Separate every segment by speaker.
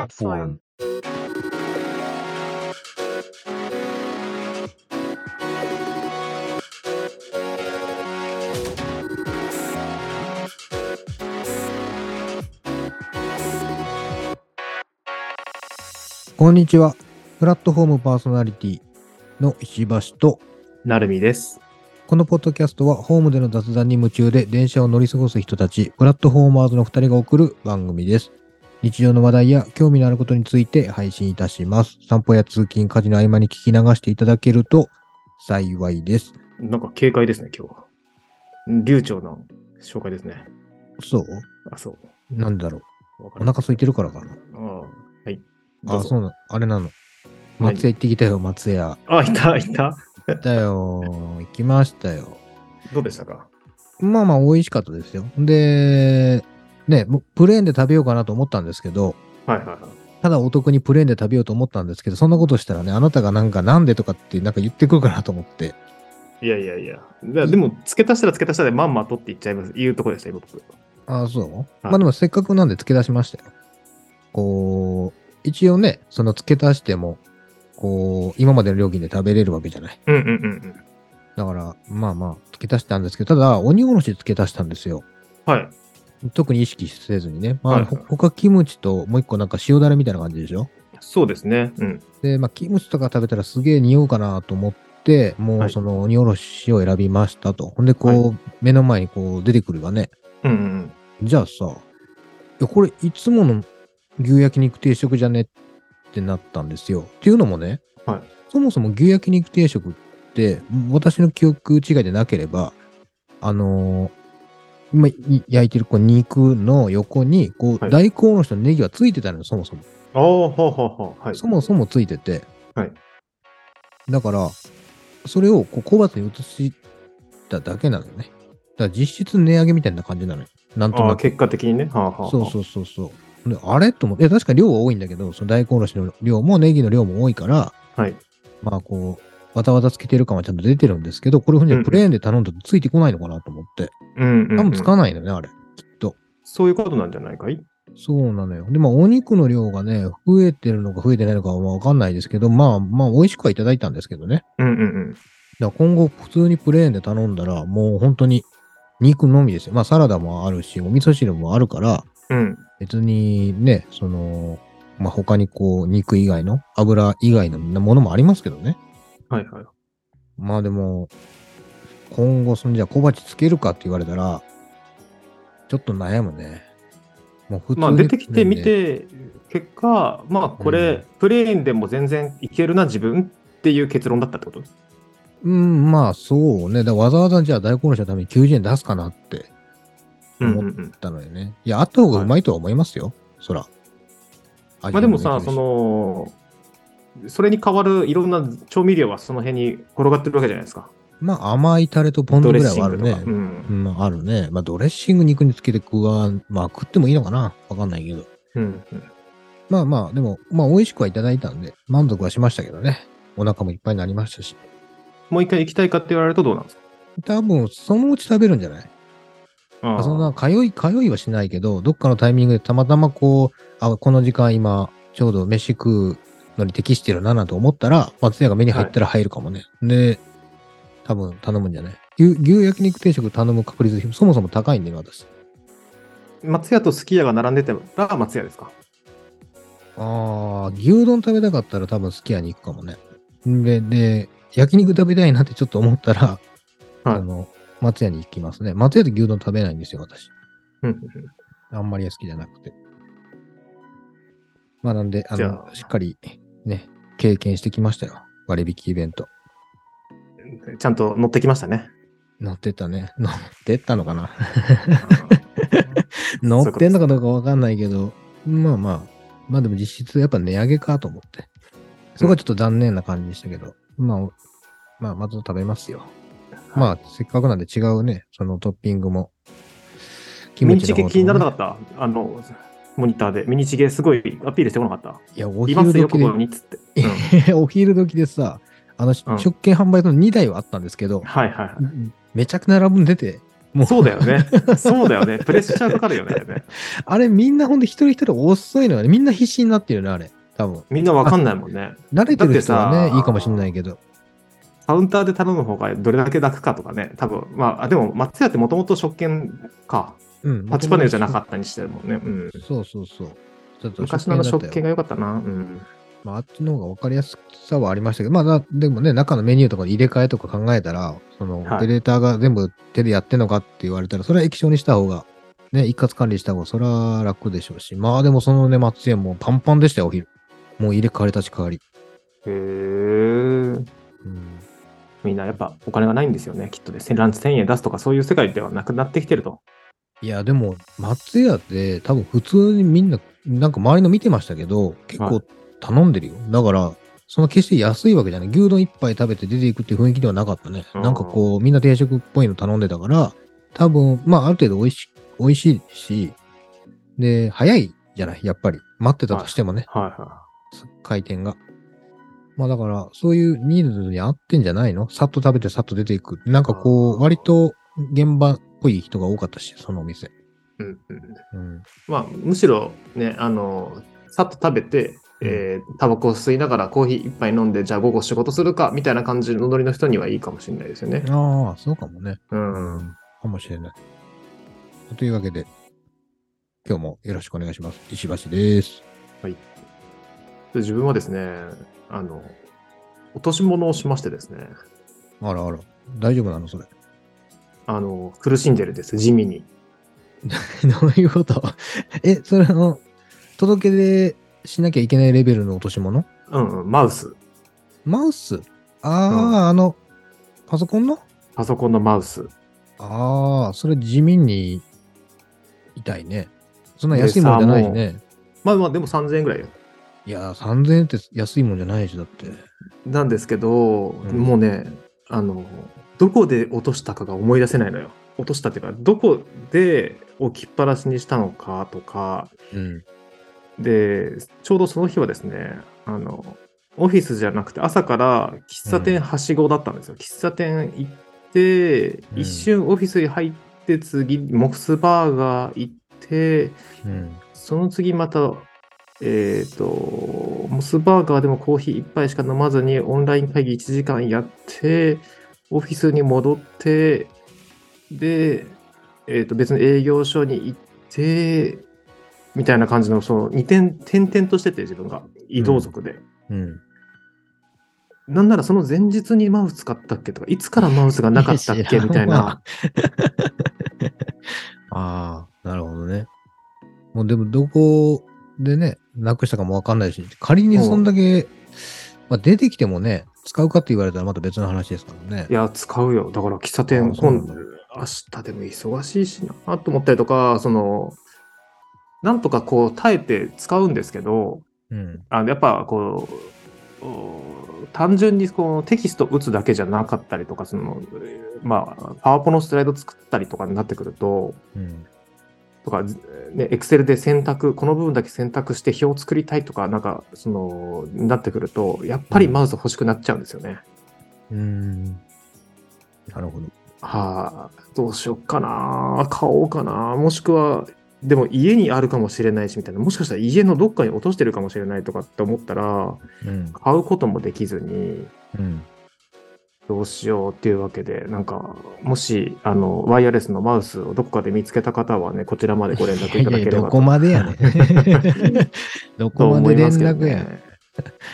Speaker 1: platform,
Speaker 2: こんにちは。プラットフォームパーソナリティの石橋と、
Speaker 3: なるみです。
Speaker 2: このポッドキャストはホームでの雑談に夢中で電車を乗り過ごす人たち、プラットフォーマーズの2人が送る番組です。日常の話題や興味のあることについて配信いたします。散歩や通勤、家事の合間に聞き流していただけると幸いです。
Speaker 3: なんか軽快ですね、今日は。流暢な紹介ですね。
Speaker 2: そう
Speaker 3: あ、そう。
Speaker 2: なんだろう。
Speaker 3: わか
Speaker 2: お
Speaker 3: る。あ
Speaker 2: 腹空いてるからかな。
Speaker 3: あ、はい。ど
Speaker 2: あ、
Speaker 3: う
Speaker 2: そ
Speaker 3: ぞ
Speaker 2: うなの。あれなの。松屋行ってきたよ、松屋。
Speaker 3: あ、いた、いた。
Speaker 2: 行ったよ。行きましたよ。
Speaker 3: どうでしたか
Speaker 2: まあまあ美味しかったですよ。で、ね、もうプレーンで食べようかなと思ったんですけど、
Speaker 3: はいはいはい。
Speaker 2: ただお得にプレーンで食べようと思ったんですけど、そんなことしたらね、あなたがなんかなんでとかってなんか言ってくるかなと思って。
Speaker 3: いやいやいや。だでも、付け足したら付け足したで、まんまとって言っちゃいます。言うとこでした、今僕。
Speaker 2: ああ、そう、まあでもせっかくなんで付け出しましたよ。こう、一応ね、その付け足しても、こう、今までの料金で食べれるわけじゃない。
Speaker 3: うんうんうんうん。
Speaker 2: だから、まあまあ、付け足したんですけど、ただ、鬼おろし付け足したんですよ。
Speaker 3: はい。
Speaker 2: 特に意識せずにね。ま
Speaker 3: は
Speaker 2: あ、
Speaker 3: いはい
Speaker 2: ほ他キムチともう一個なんか塩だれみたいな感じでしょ
Speaker 3: そうですね。うん。
Speaker 2: で、まあ、キムチとか食べたらすげえ匂うかなと思って、も
Speaker 3: は
Speaker 2: う
Speaker 3: い
Speaker 2: その鬼おろしを選びましたと。ほんで、こう、
Speaker 3: は
Speaker 2: 目の前にこう出てくるわね。
Speaker 3: うんうんうん。
Speaker 2: じゃあさ、いやこれいつもの牛焼肉定食じゃねってなったんですよ。っていうのもね、
Speaker 3: はい
Speaker 2: そもそも牛焼肉定食って、私の記憶違いでなければ、あのー今い焼いてるこう肉の横に、こ
Speaker 3: は
Speaker 2: う、
Speaker 3: い
Speaker 2: 大根おろしのネギはついてたのよ、そもそも。
Speaker 3: ああ、はあはあはあ。はい。
Speaker 2: そもそもついてて、
Speaker 3: はい
Speaker 2: だから、それをこう小鉢に移しただけなのよね。だから実質値上げみたいな感じなのよ。なんと
Speaker 3: ああ、
Speaker 2: なく。
Speaker 3: 結果的にね。はあはあはあ。
Speaker 2: そうそうそうそう。であれと思って、いや確かに量は多いんだけど、その大根おろしの量もネギの量も多いから、
Speaker 3: はい。
Speaker 2: まあこう、わざわざつけてる感はちゃんと出てるんですけど、これ
Speaker 3: うんう
Speaker 2: に
Speaker 3: ん
Speaker 2: プレーンで頼んだとついてこないのかなと思って。
Speaker 3: うんうん、
Speaker 2: 多
Speaker 3: う
Speaker 2: 分
Speaker 3: ん。
Speaker 2: つかないのね、あれ。
Speaker 3: そういうことなんじゃないかい
Speaker 2: そうなのよ。で、まあ、お肉の量がね、増えてるのか増えてないのかはまあわかんないですけど、まあ、まあ、美味しくはいただいたんですけどね。
Speaker 3: うんうんうん。
Speaker 2: だから今後普通にプレーンで頼んだら、もう本当に肉のみですよ。まあサラダもあるし、お味噌汁もあるから、
Speaker 3: うん。
Speaker 2: 別にね、その、まあ他にこう肉以外の、油以外のものもありますけどね。
Speaker 3: はいはい。
Speaker 2: まあでも、今後そのじゃあ小鉢つけるかって言われたら、ちょっと悩むね。もう普通に
Speaker 3: まあ出てきてみ
Speaker 2: ね、
Speaker 3: て、結果、まあこ
Speaker 2: う
Speaker 3: れ
Speaker 2: ん、
Speaker 3: プレーンでも全然いけるな、自分っていう結論だったってこと
Speaker 2: うん、まあそうね。だからわざわざじゃあ大根おろしのために90円出すかなって言
Speaker 3: うんうんう
Speaker 2: 思
Speaker 3: ん。
Speaker 2: ったのよね。いや、あった方がうまいとは思いますよ。そら。
Speaker 3: まあでもさ、
Speaker 2: 味
Speaker 3: そ
Speaker 2: もい
Speaker 3: の、それに代わるいろんな調味料はその辺に転がってるわけじゃないですか。
Speaker 2: けるしまあ甘いタレとポン
Speaker 3: ド
Speaker 2: 酢ぐ
Speaker 3: レッ
Speaker 2: らい
Speaker 3: シ
Speaker 2: はあ
Speaker 3: ング
Speaker 2: る
Speaker 3: と
Speaker 2: ね
Speaker 3: か。。うん
Speaker 2: うん、あるね。まあ、ドレッシング肉につけて食わん、まあ、食ってもいいのかなわかんないけど。
Speaker 3: うん
Speaker 2: まあまあ、でも、まあ、美味しくはいただいたんで、満足はしましたけどね。お腹もいっぱいになりましたし。
Speaker 3: もう一回行きたいかって言われるとどうなんですか
Speaker 2: 多分、そのうち食べるんじゃない
Speaker 3: ああ
Speaker 2: そんな、通い、通いはしないけど、どっかのタイミングでたまたまこう、あ、この時間今、ちょうど飯食うのに適してるななんて思ったら、松屋が目に入ったら入るかもね。で、多分頼むんじゃない牛牛焼肉定食頼む確率、そもそも高いんでね、私。
Speaker 3: 松屋とすき家が並んでたら松屋ですか。
Speaker 2: ああ、牛丼食べたかったら多分すき家に行くかもね。で、で、焼肉食べたいなってちょっと思ったら、
Speaker 3: はい
Speaker 2: あの、松屋に行きますね。松屋で牛丼食べないんですよ、私。
Speaker 3: うんうん
Speaker 2: あんまり好きじゃなくて。まあなんで、あ
Speaker 3: じ
Speaker 2: の
Speaker 3: ゃ、あ
Speaker 2: しっかりね、経験してきましたよ。割引イベント。
Speaker 3: うんちゃんと乗ってきまし たね。
Speaker 2: 乗ってったね。 乗ってったのかな
Speaker 3: あ
Speaker 2: 乗ってんのかどうかわかんないけど、まあまあ、まあでも実質やっぱ値上げかと思って。そこはちょっと残念な感じでしたけど、まあ、まあまず食べますよ。まあ、せっかくなんで違うね、そのトッピングも。キ
Speaker 3: ミニチ
Speaker 2: の方
Speaker 3: ゲ
Speaker 2: とかね
Speaker 3: 気にならなかった。あの、モニターで。ミニチゲすごいアピールしてこなかった。
Speaker 2: いや、お
Speaker 3: いま
Speaker 2: 昼
Speaker 3: すよ、こ
Speaker 2: 時で
Speaker 3: こにっつって。うん
Speaker 2: お昼時でさ、あの、
Speaker 3: うん
Speaker 2: 食券販売の2台はあったんですけど、
Speaker 3: はいはいはい。
Speaker 2: めちゃくちゃ並んでて、もう
Speaker 3: そうだよね。そうだよね。プレッシャーかかるよね。あれ ね
Speaker 2: あれみんなほんで一人一人遅いのよね。みんな必死になってるよね、あれ。多分。
Speaker 3: みんなわかんないもんね。
Speaker 2: 慣れてる人
Speaker 3: だっ
Speaker 2: は
Speaker 3: て
Speaker 2: ね、
Speaker 3: さ
Speaker 2: いいかもしれないけど。
Speaker 3: カウンターで頼む方がどれだけ楽かとかね。多分まああ、でも松屋ってもともと食券か。
Speaker 2: うん。
Speaker 3: タッチパネルじゃなか
Speaker 2: っ
Speaker 3: ったにしてるもんね。うん。
Speaker 2: た。そうそうそう。ちょっと
Speaker 3: 昔のあの
Speaker 2: だ
Speaker 3: 食
Speaker 2: った
Speaker 3: 券
Speaker 2: よ
Speaker 3: が良かったな。うん。
Speaker 2: まあ、あっちの方が分かりやすさはありましたけど、まあな、でもね、中のメニューとかの入れ替えとか考えたら、その、
Speaker 3: はい
Speaker 2: オペレーターが全部手でやってんのかって言われたら、それは液晶にした方が、ね、一括管理した方が、それは楽でしょうし、まあでもそのね、松屋もパンパンでしたよ、お昼。もう入れ替わり立ち替わり。
Speaker 3: へー。
Speaker 2: うん
Speaker 3: みんなやっぱお金がないんですよね、きっとね。ランチ1000円出すとかそういう世界ではなくなってきてると。
Speaker 2: いや、でも、松屋って多分普通にみんな、なんか周りの見てましたけど、結
Speaker 3: は
Speaker 2: 構
Speaker 3: い
Speaker 2: 頼んでるよ。だから、その決して安いわけじゃない。牛丼一杯食べて出ていくっていう雰囲気ではなかったね。
Speaker 3: うん
Speaker 2: なんかこう、みんな定食っぽいの頼んでたから、多分、まあある程度美味し、美味しいし、で、早いじゃない、やっぱり。待ってたとしてもね、
Speaker 3: はいは
Speaker 2: 回転が。まあだから、そういうニーズに合ってんじゃないのさっと食べてさっと出ていく。なんかこ
Speaker 3: あ
Speaker 2: う、
Speaker 3: ー
Speaker 2: 割と現場っぽい人が多かったし、そのお店。
Speaker 3: い。うんうん、
Speaker 2: うん。
Speaker 3: まあ、むしろね、あの、さっと食べて、えータバコを吸いながらコーヒー一杯飲んで、じゃあ午後仕事するかみたいな感じのノリの人にはいいかもしれないですよね。
Speaker 2: ああ、そうかもね。
Speaker 3: うん。
Speaker 2: かもしれない。というわけで、今日もよろしくお願いします。石橋です。
Speaker 3: で自分はですね、あの、落とし物をしましてですね、
Speaker 2: あらあら、大丈夫なのそれ。
Speaker 3: あの、苦しんでるんです、地味に。
Speaker 2: どういうこと え、それあの、届け出しなきゃいけないレベルの落とし物
Speaker 3: うんうん、マウス。
Speaker 2: マウスああ、あの、パソコンの
Speaker 3: パソコンのマウス。
Speaker 2: ああ、それ地味に痛いね。そんな安いもんじゃないしね。
Speaker 3: まあまあ、でも3000円ぐらいよ。
Speaker 2: いやー、3000円って安いもんじゃないし、だって。
Speaker 3: なんですけど、
Speaker 2: ん
Speaker 3: もうね、あの、どこで落としたかが思い出せないのよ。落としたっていうか、どこで置きっぱなしにしたのかとか、
Speaker 2: うん。
Speaker 3: で、ちょうどその日はですね、あの、オフィスじゃなくて朝から喫茶店はしごだったんですよ。喫茶店行って、
Speaker 2: うん
Speaker 3: 一瞬オフィスに入って、次、モスバーガー行って、
Speaker 2: うん。
Speaker 3: その次また、えっ、と、モスバーガーでもコーヒー一杯しか飲まずにオンライン会議1時間やって、オフィスに戻って、で、えっ、と、別の営業所に行って、みたいな感じの、その、2点、点々としてて、自分が、移動族で。
Speaker 2: うん。
Speaker 3: なんならその前日にマウス使ったっけとか、いつからマウスがなかったっ
Speaker 2: 知
Speaker 3: け
Speaker 2: らんわ
Speaker 3: みたいな。
Speaker 2: ああ、なるほどね。もうでもどこでね、なくしたかもわかんないし、仮にそんだけ、まあ出てきてもね、使うかって言われたらまた別の話ですからね
Speaker 3: い。や、使うよ。だから喫茶
Speaker 2: あ
Speaker 3: 店、
Speaker 2: そうな
Speaker 3: 今
Speaker 2: んだ
Speaker 3: 度、明日でも忙しいしなと思ったりとか、その、なんとかこう耐えて使うんですけど、
Speaker 2: うん。
Speaker 3: あのやっぱこう、お単純にこうテキスト打つだけじゃなかったりとか、その、えーまあ、パワポのスライド作ったりとかになってくると、
Speaker 2: うん。
Speaker 3: とか、ずね、エクセルで選択、この部分だけ選択して表を作りたいとか、なんか、その、なってくると、やっぱりマウス欲しくなっちゃうんですよね。
Speaker 2: うーん。なるほど。
Speaker 3: はい、どうしよっかな買おうかなもしくはでも家にあるかもしれないしみたいなもしかしたら家のどっかに落としてるかもしれないとかって思ったら
Speaker 2: うん。
Speaker 3: 買うこともできずに
Speaker 2: うん。
Speaker 3: どうしようっていうわけでなんかもしあのワイヤレスのマウスをどこかで見つけた方はねこちらまでご連絡いただければと
Speaker 2: どこまでやねん。ど
Speaker 3: と
Speaker 2: こま
Speaker 3: 思
Speaker 2: で
Speaker 3: い
Speaker 2: 連
Speaker 3: ますけど
Speaker 2: 絡やん。
Speaker 3: ね。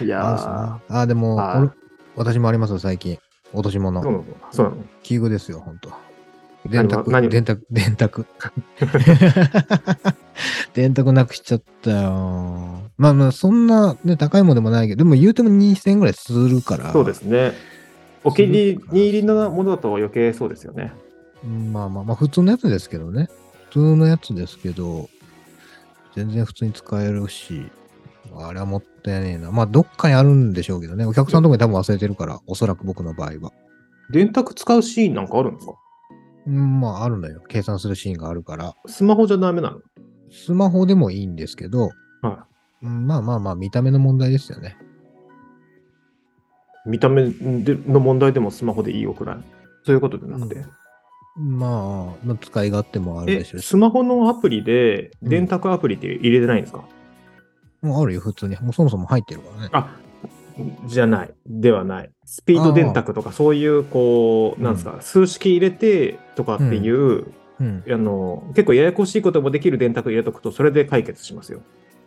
Speaker 3: い
Speaker 2: あ
Speaker 3: や
Speaker 2: あー、でも、
Speaker 3: はい
Speaker 2: 俺私もありますよ、最近。落とし
Speaker 3: ー、そ
Speaker 2: 物。
Speaker 3: うなのそうなの
Speaker 2: 器具ですよ、ほんと。電
Speaker 3: 何
Speaker 2: 卓、
Speaker 3: 何
Speaker 2: 電卓、電 卓。電卓なくしちゃったよ。まあまあ、そんなね、高いもんでもないけど、でも言うても2000円ぐらいするから。
Speaker 3: そうですね。お気に入りのものだと余計そうですよね。
Speaker 2: うん。まあまあまあ、普通のやつですけどね。普通のやつですけど、全然普通に使えるし、あれはもったいねえな。まあ、どっかにあるんでしょうけどね。お客さんのとこに多分忘れてるから、おそらく僕の場合は。
Speaker 3: 電卓使うシーンなんかあるんですか
Speaker 2: うん、まああるのよ。計算するシーンがあるから。
Speaker 3: スマホじゃダメなの
Speaker 2: スマホでもいいんですけど、
Speaker 3: は
Speaker 2: うんまあまあまあ見た目の問題ですよね。
Speaker 3: 見た目での問題でもスマホでいいよくらいそういうことじゃなくて。
Speaker 2: まあ、まあ、使い勝手もある
Speaker 3: え
Speaker 2: でしょ、うし
Speaker 3: ス。マホのアプリで、
Speaker 2: うん
Speaker 3: 電卓アプリって入れてないんですか、
Speaker 2: もうあるよ、普通に。もうそもそも入ってるからね。
Speaker 3: あじゃない、ではない。スピード電卓とか、そういう、こう、なんですか、数式入れてとかっていう、
Speaker 2: うん。
Speaker 3: あの、結構ややこしいこともできる電卓入れとくと、それで解決しますよ。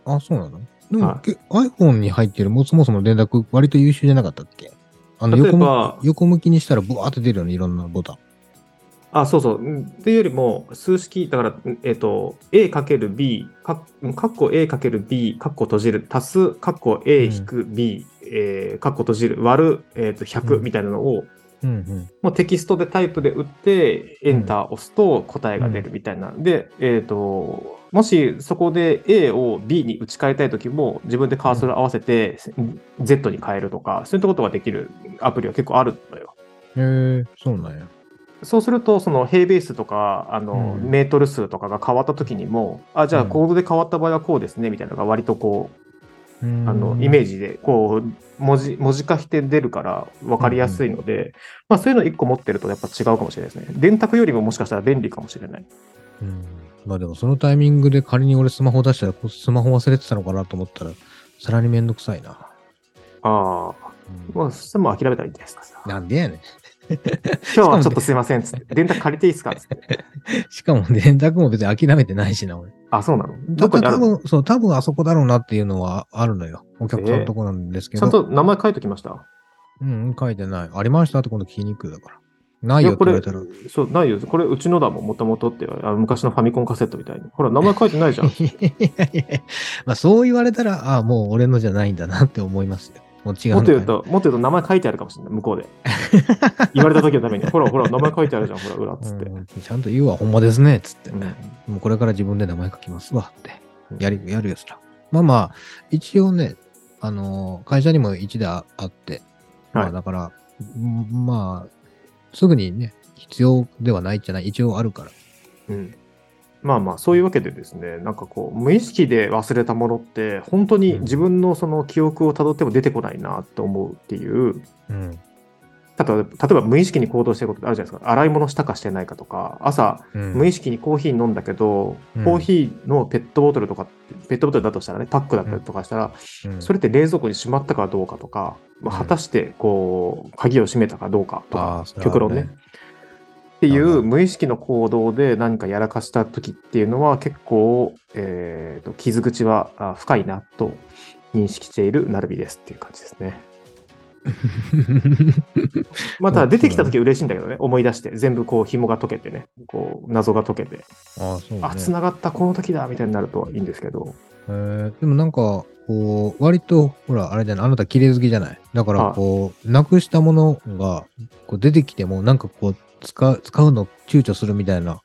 Speaker 2: あ、そうなのでも、
Speaker 3: は
Speaker 2: け iPhone に入ってる、もうそもそも連絡、割と優秀じゃなかったっけあの
Speaker 3: 例え
Speaker 2: 横向
Speaker 3: ば、
Speaker 2: 横向きにしたら、ブワーって出るよね、いろんなボタン。
Speaker 3: あ、そうそう。うんっていうよりも、数式、だから、えっと、a かける b、かかっこ a かける b、かっこ閉じる、足す、かっこ a 引く b、えーかっこ閉じる、割る、えっと、
Speaker 2: う
Speaker 3: 100
Speaker 2: ん
Speaker 3: みたいなのを、
Speaker 2: うんうん。
Speaker 3: もうテキストでタイプで打って、エンター押すと答えが出るみたいな。で、えっ、と、もしそこで A を B に打ち替えたいときも、自分でカーソル合わせて Z に変えるとか、そういったことができるアプリは結構あるのよ。
Speaker 2: へえ、そうなんや。
Speaker 3: そうすると、その平米数とか、あの、
Speaker 2: うん
Speaker 3: メートル数とかが変わったときにも、あ、じゃあ
Speaker 2: うん
Speaker 3: コードで変わった場合はこうですね、みたいなのが割とこう、
Speaker 2: あ
Speaker 3: あの、イメ
Speaker 2: ージ。
Speaker 3: ージで、こう、文字、文字化して出るから分かりやすいので、まあそういうの一個持ってるとやっぱ違うかもしれないですね。電卓よりももしかしたら便利かもしれない。
Speaker 2: うん。まあでも、そのタイミングで仮に俺スマホ出したら、こうスマホ忘れてたのかなと思ったら、さらにめんどくさいな。
Speaker 3: ああ、
Speaker 2: うん
Speaker 3: まあそしたらもう諦めたらいいんじゃないですか。
Speaker 2: なんでやねん。
Speaker 3: 今日はちょっとすいません、つって。電卓借りていいですか つって。
Speaker 2: しかも、電卓も別に諦めてないしな、俺。
Speaker 3: あ、そうなの
Speaker 2: だ
Speaker 3: ど
Speaker 2: か
Speaker 3: こにあ
Speaker 2: ら
Speaker 3: る
Speaker 2: 多
Speaker 3: の
Speaker 2: 分、そう、多分あそこだろうなっていうのはあるのよ。お客さんのとこなんですけ
Speaker 3: ち
Speaker 2: ど。
Speaker 3: ゃんと名前書いときました
Speaker 2: うん、書いてない。ありましたって今度聞きに行くよだから。ないよって言われたら。い
Speaker 3: そう、ないよ。これ、うちのだもん、もともとって。あの昔のファミコンカセットみたいに。ほら、名前書いてないじゃん。
Speaker 2: やいやいや まあそう言われたら、ああ、もう俺のじゃないんだなって思いますよ。もう違う
Speaker 3: も
Speaker 2: の
Speaker 3: っと
Speaker 2: かよ
Speaker 3: 言うと、もっと言うと名前書いてあるかもしれない、向こうで。言われた時のために、ほらほら、名前書いてあるじゃん、ほら、裏っつって。
Speaker 2: うんちゃんと言うわ、ほんまですね、つって。
Speaker 3: うん
Speaker 2: もうこれから自分で名前書きますわって。やる、やるよ、そら。まあまあ、一応ね、あのー会社にも1でああって、ま
Speaker 3: は
Speaker 2: あ
Speaker 3: い
Speaker 2: だから、うんまあ、すぐにね、必要ではないじゃない、一応あるから。
Speaker 3: うんまあまあ、そういうわけでですね、なんかこう、無意識で忘れたものって、本当に自分のその記憶をたどっても出てこないなと思うっていう、
Speaker 2: うん。
Speaker 3: 例えば例えば無意識に行動してることってあるじゃないですか、洗い物したかしてないかとか、朝、無意識にコーヒー飲んだけど、
Speaker 2: うん
Speaker 3: コーヒーのペットボトルとか、ペットボトルだとしたらね、パックだったりとかしたら、
Speaker 2: うん
Speaker 3: それって冷蔵庫にしまったかどうかとか、まあ
Speaker 2: うん
Speaker 3: 果たしてこう鍵を閉めたかどうかと
Speaker 2: あ
Speaker 3: か
Speaker 2: ー、それは
Speaker 3: 極論ね。ってい
Speaker 2: なるほ
Speaker 3: う
Speaker 2: ど
Speaker 3: 無意識の行動で何かやらかした時っていうのは結構、えーと傷口はあ深いなと認識しているなるびですっていう感じですね。まあ、ただ出てきた時は嬉しいんだけどね、思い出して、全部こう紐が解けてね、こう謎が解けて、
Speaker 2: ああ、そうね。
Speaker 3: あ、繋がった、この時だみたいになるといいんですけど、
Speaker 2: えーでもなんか、こう、割と、ほら、あれじゃない、あなた綺麗好きじゃない。だから、
Speaker 3: はい
Speaker 2: こう、なくしたものが、こう出てきても、なんかこう、使う、使うの躊躇するみたいな、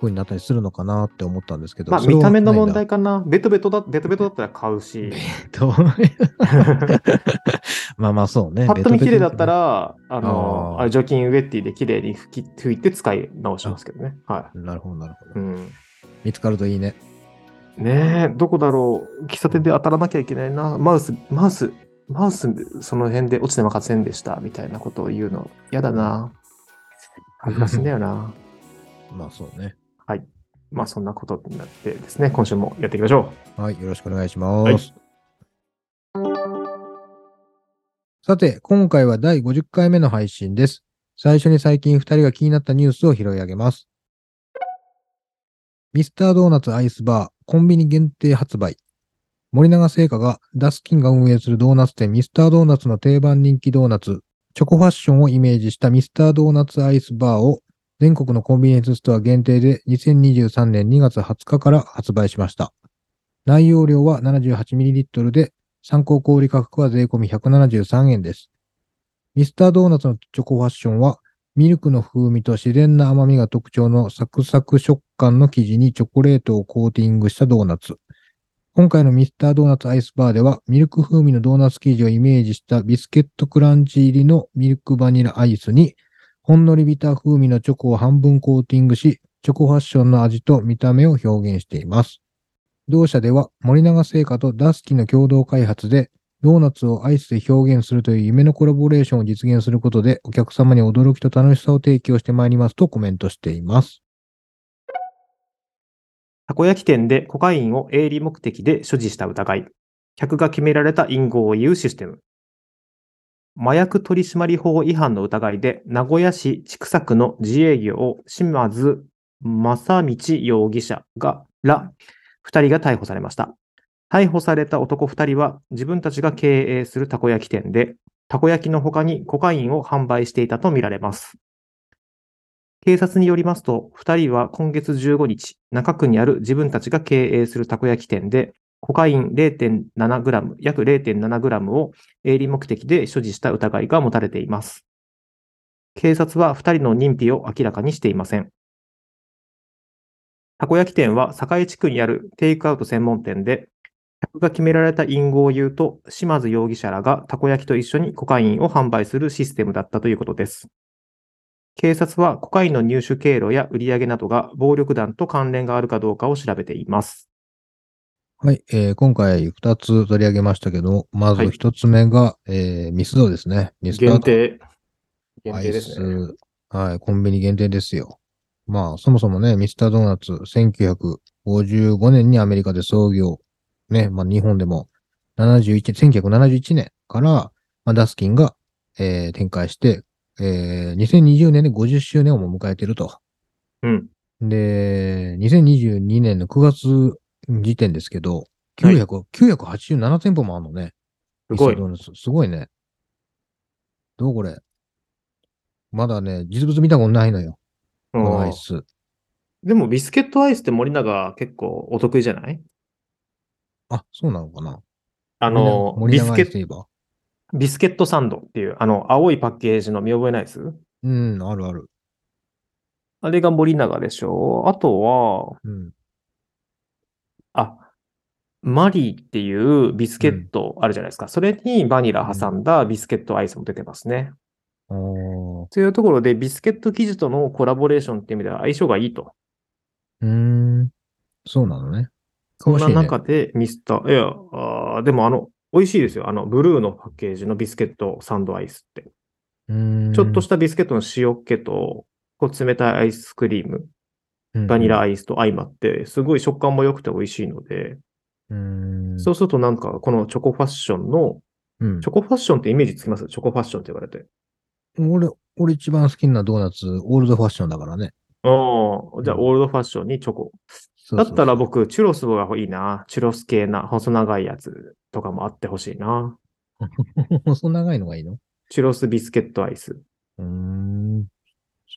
Speaker 2: 風になったりするのかなって思ったんですけど。
Speaker 3: まあ
Speaker 2: それ
Speaker 3: 見
Speaker 2: は
Speaker 3: た目の問
Speaker 2: ない
Speaker 3: 題かな、ベトベトだベトベトだったら買うし。
Speaker 2: な。えっと まあまあそうね。
Speaker 3: パッと見綺麗だった、ら、あの
Speaker 2: あ、ー
Speaker 3: あれ除菌ウェッティで綺麗に拭き拭いて使い直しますけどね。は
Speaker 2: なるほど、なるほ
Speaker 3: い。う
Speaker 2: ど。
Speaker 3: ん。
Speaker 2: 見つかるといいね。
Speaker 3: ねえ、どこだろう。喫茶店で当たらなきゃいけないな。マウス、マウス、マウス、その辺で落ちてまかせんでした、みたいなことを言うの、嫌だな。恥ずかしいんだよ な。
Speaker 2: まあそうね。
Speaker 3: まあ、そんなことになってですね、今週もやっていきましょ
Speaker 2: はい、よろしくお願いします。
Speaker 3: はい
Speaker 2: さて、今回は第50回目の配信です。最初に最近2人が気になったニュースを拾い上げます。ミスタードーナツアイスバー、コンビニ限定発売。森永製菓がダスキンが運営するドーナツ店ミスタードーナツの定番人気ドーナツ、チョコファッションをイメージしたミスタードーナツアイスバーを全国のコンビニエンスストア限定で2023年2月20日から発売しました。内容量は 78ml で、参考小売価格は税込み173円です。ミスタードーナツのチョコファッションは、ミルクの風味と自然な甘みが特徴のサクサク食感の生地にチョコレートをコーティングしたドーナツ。今回のミスタードーナツアイスバーでは、ミルク風味のドーナツ生地をイメージしたビスケットクランチ入りのミルクバニラアイスに、ほんのりビター風味のチョコを半分コーティングし、チョコファッションの味と見た目を表現しています。同社では森永製菓とダスキの共同開発でドーナツをアイスで表現するという夢のコラボレーションを実現することで、お客様に驚きと楽しさを提供してまいりますとコメントしています。
Speaker 3: たこ焼き店でコカインを営利目的で所持した疑い。客が決められた隠語を言うシステム。麻薬取締法違反の疑いで、名古屋市千種区の自営業、島津正道容疑者が、ら、2人が逮捕されました。逮捕された男2人は、自分たちが経営するたこ焼き店で、たこ焼きの他にコカインを販売していたとみられます。警察によりますと、2人は今月15日、中区にある自分たちが経営するたこ焼き店で、コカイン 0.7g、約 0.7g を営利目的で所持した疑いが持たれています。警察は2人の認否を明らかにしていません。たこ焼き店は栄地区にあるテイクアウト専門店で、客が決められた隠語を言うと、島津容疑者らがたこ焼きと一緒にコカインを販売するシステムだったということです。警察はコカインの入手経路や売り上げなどが暴力団と関連があるかどうかを調べています。
Speaker 2: はい、えー今回2つ取り上げましたけど、まず
Speaker 3: はい
Speaker 2: 1つ目が、えーミスドですね。ミスド
Speaker 3: 限定。限
Speaker 2: ア
Speaker 3: 定
Speaker 2: イ
Speaker 3: です
Speaker 2: ス、
Speaker 3: ね。
Speaker 2: はい、コンビニ限定ですよ。まあ、そもそもね、ミスタードーナツ、1955年にアメリカで創業。ね、まあ、日本でも71、1971年から、まあ、ダスキンが、えー展開して、えー2020年で50周年をもう迎えてると。
Speaker 3: うん。
Speaker 2: で、2022年の9月時点ですけど、
Speaker 3: はい
Speaker 2: 900、987店舗もあるのね。
Speaker 3: すご
Speaker 2: ミ
Speaker 3: い
Speaker 2: スタードーナツすごいね。どうこれまだね、実物見たことないのよ。このアイス。
Speaker 3: でもビスケットアイスって森永結構お得意じゃない
Speaker 2: あ、そうなのかな
Speaker 3: あ
Speaker 2: あ
Speaker 3: の、
Speaker 2: 森
Speaker 3: ビ
Speaker 2: 永
Speaker 3: ス
Speaker 2: アイ
Speaker 3: ケ
Speaker 2: スといえば。
Speaker 3: ビスケットサンドっていう、あの、青いパッケージの見覚えないです
Speaker 2: うん、あるある。
Speaker 3: あれが森永でしょあとは、
Speaker 2: うん。
Speaker 3: あ、マリーっていうビスケットあるじゃないですか。それにバニラ挟んだビスケットアイスも出てますね。
Speaker 2: あー
Speaker 3: というところで、ビスケット生地とのコラボレーションっていう意味では相性がいいと。
Speaker 2: うーん。そうなのね。
Speaker 3: そん
Speaker 2: 詳し
Speaker 3: ない
Speaker 2: ね。
Speaker 3: 中でミスター、いや、あーでもあの、美味しいですよ。あの、ブルーのパッケージのビスケットサンドアイスって。
Speaker 2: うーん
Speaker 3: ちょっとしたビスケットの塩気と、こう冷たいアイスクリーム、バニラアイスと相まって、すごい食感も良くて美味しいので、
Speaker 2: うん。うん
Speaker 3: そうするとなんか、このチョコファッションの、
Speaker 2: うん
Speaker 3: チョコファッションってイメージつきますチョコファッションって言われて。
Speaker 2: 俺、俺一番好きなドーナツ、オールドファッションだからね。
Speaker 3: ああ、じゃあオールドファッションにチョコ。
Speaker 2: そう
Speaker 3: だ
Speaker 2: そうそう
Speaker 3: った ら。僕、チュロスがいいな。チュロス系な、細長いやつとかもあってほしいな。
Speaker 2: 細長いのがいいの
Speaker 3: チュロスビスケットアイス
Speaker 2: うーん。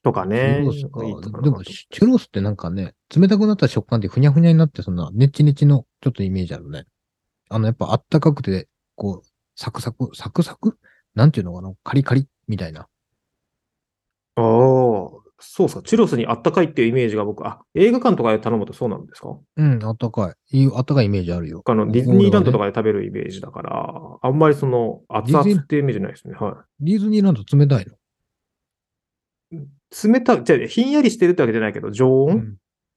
Speaker 3: とか
Speaker 2: チ
Speaker 3: ね。
Speaker 2: ュロスか
Speaker 3: いいところ
Speaker 2: で
Speaker 3: か
Speaker 2: も、
Speaker 3: と
Speaker 2: チュロスってなんかね、冷たくなった食感ってふにゃふにゃになって、そんな、ねっちねちの、ちょっとイメージあるね。あの、やっぱあったかくて、こう、サクサク、サクサクなんていうのかなカリカリみたいな。
Speaker 3: ああ、そうっすか。チュロスにあったかいっていうイメージが僕、あ、映画館とかで頼むとそうなんですか
Speaker 2: うん、あったかい。いいあったかいイメージあるよ。
Speaker 3: あの、ディズニーランドとかで食べるイメージだから、あんまりその、
Speaker 2: ディ
Speaker 3: 熱
Speaker 2: ズ
Speaker 3: 々
Speaker 2: ニー
Speaker 3: っていうイメージないですね。は
Speaker 2: ディズニーランド冷たいの。
Speaker 3: い。冷た、じゃあひんやりしてるってわけじゃないけど、常温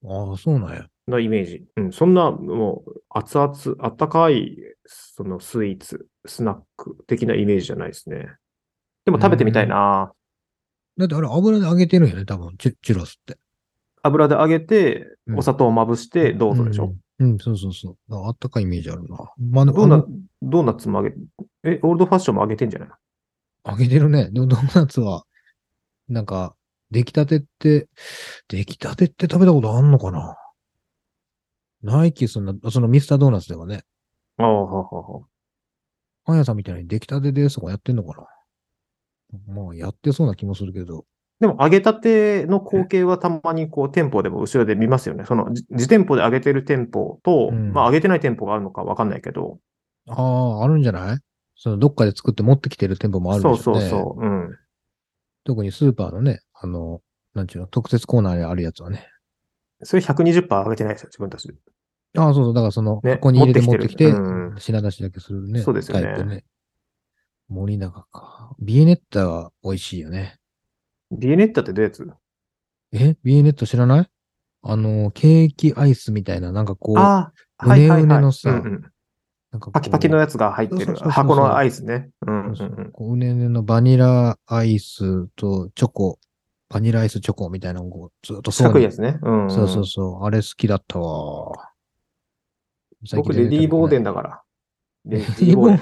Speaker 2: うんああ、そうなんや。
Speaker 3: のイメージ。うん、そんな、もう、熱々、あったかい、そのスイーツ、スナック的なイメージじゃないですね。でも食べてみたいな。
Speaker 2: だってあれ油で揚げてるんよね、多分、チュチュロスって。
Speaker 3: 油で揚げて、お砂糖をまぶして、どうぞでしょ。
Speaker 2: うん、うんそうそうそう。ああったかいイメージあるな。まあ、で
Speaker 3: ド
Speaker 2: も
Speaker 3: ー
Speaker 2: あ
Speaker 3: ナ
Speaker 2: の、
Speaker 3: ドーナツも揚げ、え、オールドファッションも揚げてんじゃない
Speaker 2: 揚げてるね。でもドーナツは、なんか、出来たてって、出来たてって食べたことあんのかなない気すんな。そのミスタードーナツではね、
Speaker 3: ああ、はあはあはあ。
Speaker 2: パン屋さんみたいに出来たてですとかやってんのかなまあ、やってそうな気もするけど。
Speaker 3: でも、揚げたての光景はたまにこう店舗でも後ろで見ますよね。そのじ自店舗で揚げてる店舗と、
Speaker 2: うん
Speaker 3: まあ揚げてない店舗があるのかわかんないけど、
Speaker 2: ああ、あるんじゃないその、どっかで作って持ってきてる店舗もあるでしょ
Speaker 3: そうう
Speaker 2: ね。
Speaker 3: そうそう、うん。
Speaker 2: 特にスーパーのね、あの、なんちゅうの、特設コーナーにあるやつはね。
Speaker 3: それ120%揚げてないですよ、自分たちで。
Speaker 2: ああ、そうそう。だからその、
Speaker 3: ね
Speaker 2: 箱に入れて持
Speaker 3: 持
Speaker 2: っ
Speaker 3: ってて
Speaker 2: き
Speaker 3: き
Speaker 2: て
Speaker 3: てるうん、
Speaker 2: 品出しだけするね。
Speaker 3: そうですよね
Speaker 2: タイプ森永か。ビエネッタは美味しいよね。
Speaker 3: ビエネッタってどういうやつ
Speaker 2: えビエネッタ知らないあの、ケーキアイスみたいな、なんかこう、
Speaker 3: ああ、
Speaker 2: うねうねのさ
Speaker 3: うんうん
Speaker 2: なんかこう
Speaker 3: パキパキのやつが入って
Speaker 2: そう
Speaker 3: る
Speaker 2: そうそうそう
Speaker 3: 箱のアイスね。うんうんう。
Speaker 2: そうんこううねうねのバニラアイスとチョコ、バニラアイスチョコみたいなのをこうずっと
Speaker 3: 四
Speaker 2: そう
Speaker 3: 角い
Speaker 2: に
Speaker 3: や。つね。うん、ん。
Speaker 2: そうそうそう。あれ好きだったわ。
Speaker 3: 僕、レディー・ボーデンだから。レディ ー・ボー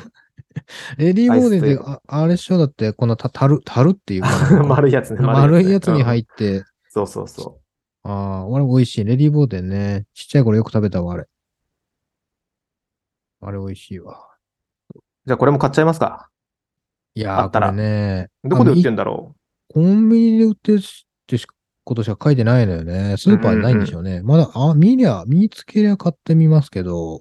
Speaker 3: デ
Speaker 2: レディーボーデンで
Speaker 3: アイスといえ、
Speaker 2: ああれっしょだって、このたたる、たるっていうか
Speaker 3: ン。 丸いやつね。
Speaker 2: 丸いやつに入
Speaker 3: って。
Speaker 2: って、
Speaker 3: そうそうそ
Speaker 2: ああ、あれ美味しい。レディーボーデンね。ちっちゃい頃よく食べたわ、あれ。あれ美味しいわ。
Speaker 3: う。じゃあ、これも買っちゃいますか。
Speaker 2: いや
Speaker 3: あ
Speaker 2: ー、
Speaker 3: った
Speaker 2: こ
Speaker 3: ら
Speaker 2: れね。
Speaker 3: どこで売って
Speaker 2: あのい
Speaker 3: んだろ
Speaker 2: コンビニで売ってるってしことしか書いてないのよね。スーパーにないんでしょうね。まだ、あ、見りゃ、見つけりゃ買ってみますけど。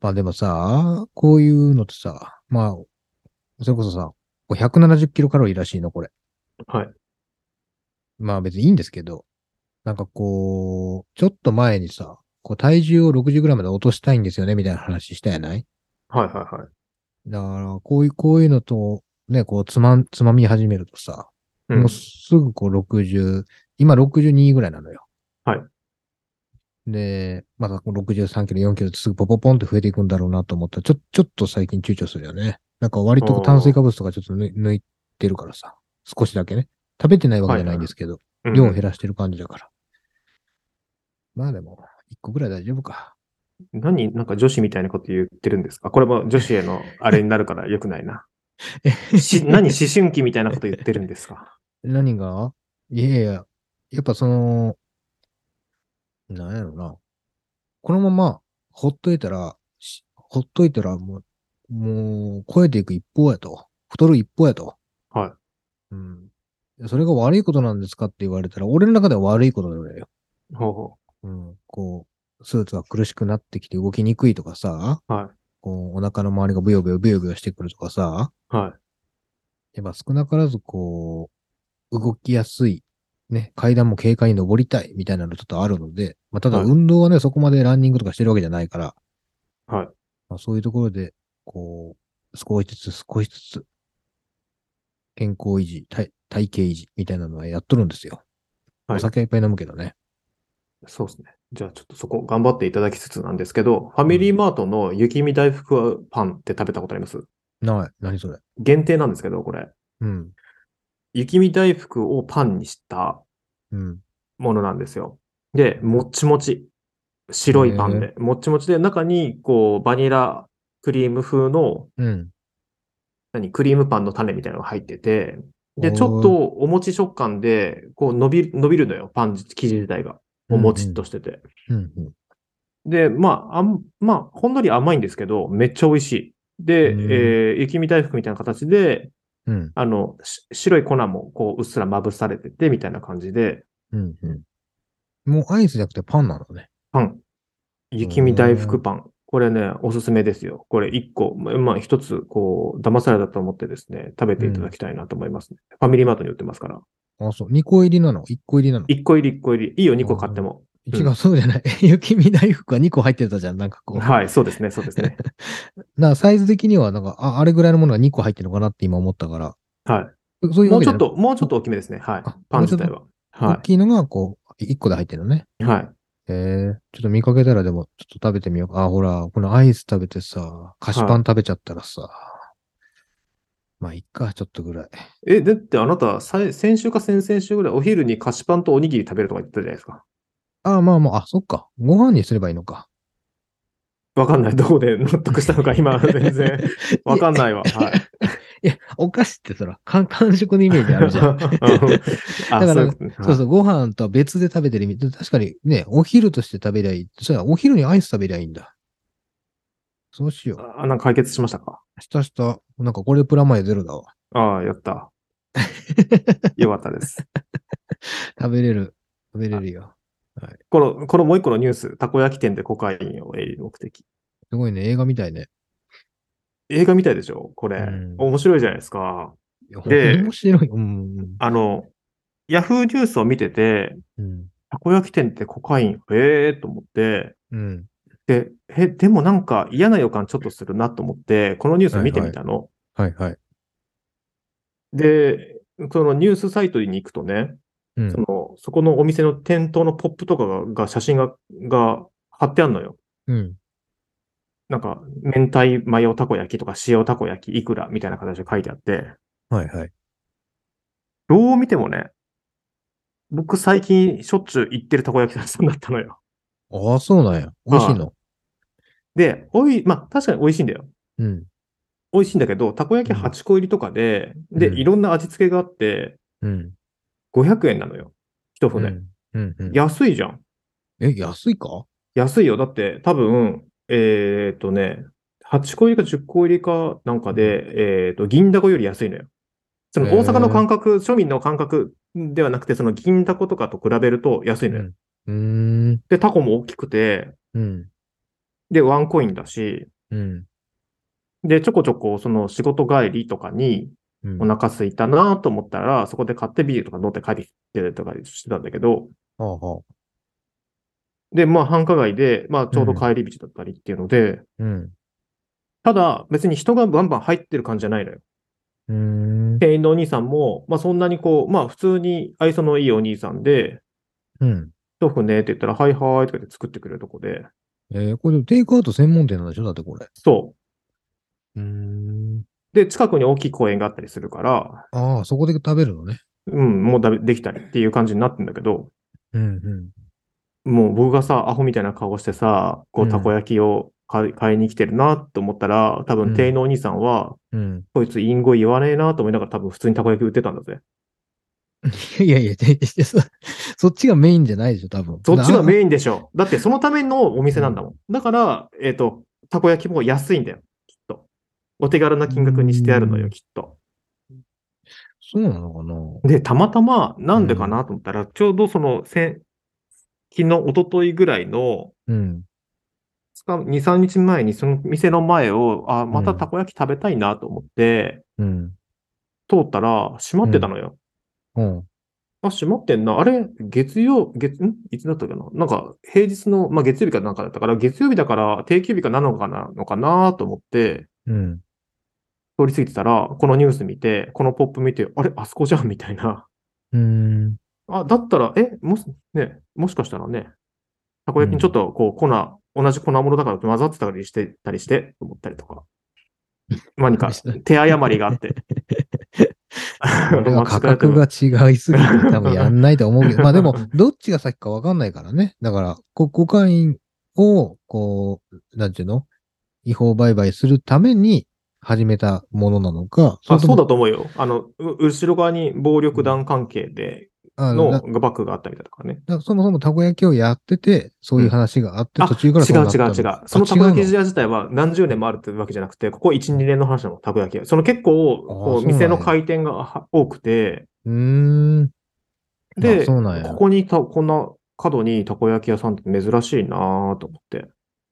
Speaker 2: まあでもさ、こういうのってさ、まあ、それこそさ、これ170キロカロリーらしいの、これ。
Speaker 3: うはい。
Speaker 2: まあ別にいいんですけど、なんかこう、ちょっと前にさ、こう体重を60グラムで落としたいんですよね、みたいな話したやない
Speaker 3: はいはいはい。
Speaker 2: だから、こういう、こういうのと、ね、こう、つまん、つまみ始めるとさ、
Speaker 3: うん
Speaker 2: もうすぐこう60、今62ぐらいなのよ。
Speaker 3: はい。
Speaker 2: で、またこう63キロ、4キロってすぐポポポンって増えていくんだろうなと思ったら、ちょ、ちょっと最近躊躇するよね。なんか割とこう炭水化物とかちょっと抜い抜いてるからさ、少しだけね。食べてないわけじゃないんですけど、
Speaker 3: うん
Speaker 2: 量を減らしてる感じだから。まあでも、一個ぐらい大丈夫か。
Speaker 3: 何なんか女子みたいなこと言ってるんですかこれも女子へのあれになるから良くないな。し何思春期みたいなこと言ってるんですか
Speaker 2: 何がいやいや、やっぱその、なんやろな。このまま、ほっといたら、しほっといたら、もう、もう、超えていく一方やと。太る一方やと。
Speaker 3: はい。
Speaker 2: うん。それが悪いことなんですかって言われたら、俺の中では悪いことだよ。
Speaker 3: ほうほ
Speaker 2: うん。こう、スーツが苦しくなってきて動きにくいとかさ、
Speaker 3: う。は
Speaker 2: こう、お腹の周りがブヨブヨブヨブヨしてくるとかさ、
Speaker 3: い。はい。
Speaker 2: やっぱ少なからずこう、動きやすい、ね、階段も軽快に登りたいみたいなのちょっとあるので、まあ、ただ
Speaker 3: はい
Speaker 2: 運動はね、そこまでランニングとかしてるわけじゃないから、
Speaker 3: はい。
Speaker 2: まあ、そういうところで、こう、少しずつ少しずつ、健康維持、体体型維持みたいなのはやっとるんですよ。
Speaker 3: はい
Speaker 2: お酒はいっぱい飲むけどね。
Speaker 3: そうですね。じゃあちょっとそこ頑張っていただきつつなんですけど、ファミリーマートの雪見大福パンって食べたことあります
Speaker 2: ない。何それ。
Speaker 3: 限定なんですけど、これ。
Speaker 2: うん。
Speaker 3: 雪見大福をパンにした
Speaker 2: うん。
Speaker 3: ものなんですよ。で、もっちもち。白いパンで。もっちもちで、中にこうバニラクリーム風の
Speaker 2: うん。
Speaker 3: 何クリームパンの種みたいなのが入ってて、で、
Speaker 2: おー
Speaker 3: ちょっとお餅食感で、こう伸び、伸びるのよ、パン生地自体が。もうもちっとしてて。
Speaker 2: うん。うん。
Speaker 3: で、まあ、あん、まあ、ほんのり甘いんですけど、めっちゃ美味しい。で、
Speaker 2: うん
Speaker 3: えー雪見大福みたいな形で、
Speaker 2: うん。
Speaker 3: あの、し白い粉もこう、うっすらまぶされてて、みたいな感じで、
Speaker 2: うん。うん。もうアイスじゃなくてパンなのね。
Speaker 3: パン。雪見大福パン。これね、おすすめですよ。これ1個、ままあ1つ、こう、騙されたと思ってですね、食べていただきたいなと思いますね。ファミリーマートに売ってますから。
Speaker 2: あ、そう。2個入りなの ?1 個入りなの
Speaker 3: 1個入り1個入り。いいよ、2個買っても。
Speaker 2: 違う、そうじゃない。 雪見大福が2個入ってたじゃん。なんかこう。
Speaker 3: はい、そうですね、そうで すね。
Speaker 2: なサイズ的には、なんか、あ、あれぐらいのものが2個入ってるのかなって今思ったから。
Speaker 3: は
Speaker 2: そそうい
Speaker 3: い。
Speaker 2: うわ
Speaker 3: もう
Speaker 2: けじ
Speaker 3: ちょ
Speaker 2: ゃ
Speaker 3: っ
Speaker 2: なく
Speaker 3: と、もうちょっと大きめですね。はい
Speaker 2: あ。
Speaker 3: パン自体は。
Speaker 2: 大
Speaker 3: は
Speaker 2: きいのが、こう、1個で入ってるのね。
Speaker 3: い。はい。
Speaker 2: えー、ちょっと見かけたらでも、ちょっと食べてみようか。あ、ほら、このアイス食べてさ、菓子パン食べちゃったらさ、まあ、いっか、ちょっとぐらい。
Speaker 3: え、だってあなた、さ先週か先々週ぐらいお昼に菓子パンとおにぎり食べるとか言ってたじゃないですか。
Speaker 2: あ、まあまあ、あ、そっか。ご飯にすればいいのか。
Speaker 3: わかんない。どこで納得したのか、今、全 然。わかんないわ。はい。
Speaker 2: いや、お菓子ってそら、感感触のイメージあるじ ゃん。
Speaker 3: あ、
Speaker 2: だから
Speaker 3: そういうことね
Speaker 2: そうそう、ご飯とは別で食べてる意味。で確かにね、お昼として食べりゃいい。そうや、お昼にアイス食べりゃいいんだ。そうしよう。
Speaker 3: あ、なんか解決しましたか。
Speaker 2: 明日明日、なんかこれプラマイゼロだわ。
Speaker 3: ああ、や った。よかったです。
Speaker 2: 食べれる。食べれるよ。
Speaker 3: この、このもう一個のニュース、たこ焼き店でコカインを得る目的。
Speaker 2: すごいね、映画みたいね。
Speaker 3: 映画みたいでしょこれ
Speaker 2: うん。
Speaker 3: 面白いじゃないですか。
Speaker 2: いや
Speaker 3: で
Speaker 2: 面白い。うん。
Speaker 3: あの、ヤフーニュースを見てて、
Speaker 2: うん。
Speaker 3: たこ焼き店ってコカイン、ええー、と思って、
Speaker 2: うん。
Speaker 3: で、え、でもなんか嫌な予感ちょっとするなと思って、このニュースを見てみたの。
Speaker 2: はいはい。
Speaker 3: で、そのニュースサイトに行くとね、
Speaker 2: うん
Speaker 3: そ。の、そこのお店の店頭のポップとかが、が写真が、が貼ってあるのよ。
Speaker 2: うん。
Speaker 3: なんか、明太マヨたこ焼きとか塩たこ焼きいくらみたいな形で書いてあって、
Speaker 2: はいはい。
Speaker 3: どう見てもね、僕最近しょっちゅう行ってるたこ焼き屋さんだったのよ。
Speaker 2: ああ、そうなんや。美味しいの。
Speaker 3: で、おい、まあ確かに美味しいんだよ。
Speaker 2: うん。
Speaker 3: 美味しいんだけど、たこ焼き8個入りとかで、で、
Speaker 2: うん
Speaker 3: いろんな味付けがあって、
Speaker 2: うん。
Speaker 3: 500円なのよ。一
Speaker 2: う
Speaker 3: 船。
Speaker 2: ん。うん。うん
Speaker 3: 安いじゃん。
Speaker 2: え、安いか
Speaker 3: 安いよ。だって、多分、えーっとね、8個入りか10個入りかなんかで、えーっと、銀だこより安いのよ。その大阪の感覚、庶民の感覚ではなくて、その銀だことかと比べると安いのよ。
Speaker 2: うーん。
Speaker 3: で、タコも大きくて、
Speaker 2: うん。
Speaker 3: で、ワンコインだし、
Speaker 2: うん。
Speaker 3: で、ちょこちょこ、その仕事帰りとかに、
Speaker 2: うん
Speaker 3: お腹空いたなと思ったら、そこで買ってビールとか飲んで帰ってきてとかしてたんだけど、
Speaker 2: はあはあ。
Speaker 3: で、まあ繁華街で、まあちょうど帰り道だったりっていうので、
Speaker 2: うん。
Speaker 3: ただ別に人がバンバン入ってる感じじゃないのよ。
Speaker 2: うーん。
Speaker 3: 店員のお兄さんも、まあそんなにこう、まあ普通に愛想のいいお兄さんで、
Speaker 2: うん。
Speaker 3: 一船って言ったら、はいはーいとかで作ってくれるとこで、
Speaker 2: えーこれでもテイクアウト専門店なんでしょだってこれ。
Speaker 3: そう
Speaker 2: ーん。
Speaker 3: う。で、近くに大きい公園があったりするから、
Speaker 2: ああ、そこで食べるのね。
Speaker 3: うん、もうだできたりっていう感じになってんだけど、
Speaker 2: うんうん。
Speaker 3: もう僕がさ、アホみたいな顔してさ、こ
Speaker 2: う
Speaker 3: う、
Speaker 2: ん
Speaker 3: たこ焼きを買い買いに来てるなと思ったら、多
Speaker 2: うん
Speaker 3: 分店員のお兄さんは、
Speaker 2: うん。
Speaker 3: こいつ隠語言わねえなと思いながら多分普通にたこ焼き売ってたんだぜ。
Speaker 2: いやいや、ででそそっちがメインじゃないでしょ多分。
Speaker 3: そっちが
Speaker 2: イン
Speaker 3: メインでしょ。だってそのためのお店なんだもん。だから、えっと、たこ焼きも安いんだよ、きっと。お手軽な金額にしてあるの
Speaker 2: う
Speaker 3: よ、
Speaker 2: ん
Speaker 3: きっと。
Speaker 2: そうなのかな
Speaker 3: で、たまたま、なんでかなと思ったら、ちょうどその、先昨日、一昨日ぐらいの、
Speaker 2: うん。
Speaker 3: 2、3日前にその店の前を、あ、ま
Speaker 2: う
Speaker 3: た
Speaker 2: ん
Speaker 3: たこ焼き食べたいなと思って、
Speaker 2: うん。
Speaker 3: 通ったら、閉まってたのよ。
Speaker 2: うん。
Speaker 3: あ、閉まってんな。あれ、月曜、月、んいつだったかななんか、平日の、まあ、月曜日かなんかだったから、月曜日だから、定休日かなのかな、のかなと思って、
Speaker 2: うん。
Speaker 3: 通り過ぎてたら、このニュース見て、このポップ見て、あれ、あそこじゃんみたいな。
Speaker 2: うん。
Speaker 3: あ、だったら、え、もし、ね、もしかしたらね、たこ焼きにちょっと、こう、粉、同じ粉物だから混ざってたりして、たりして、思ったり とか。何か、手誤りがあって。
Speaker 2: これは価格が違いすぎて多分やんないと思う けど、まあでも、どっちが先かわかんないからね。だから、こコカインを、こう、なんていうの違法売買するために始めたものなのか、
Speaker 3: あ
Speaker 2: れと
Speaker 3: そ
Speaker 2: も
Speaker 3: うだと思うよ。あの、う後ろ側に暴力団関係で
Speaker 2: あの
Speaker 3: のバ
Speaker 2: な
Speaker 3: ックがあったみたいだからね。
Speaker 2: だそもそもたこ焼きをやってて、そういう話があって、
Speaker 3: あ
Speaker 2: 途中から
Speaker 3: 違
Speaker 2: そううなったの
Speaker 3: 違う違う。そのたこ焼き時代自体は何十年もあるってわけじゃなくて、ここ1、2年の話なの、たこ焼き。その結構、
Speaker 2: あーそうな
Speaker 3: こう
Speaker 2: んや
Speaker 3: 店の回転がは多くて、
Speaker 2: うーん。あ
Speaker 3: で、
Speaker 2: そうなんや
Speaker 3: ここにた、こんな角にたこ焼き屋さんって珍しいなぁと思って。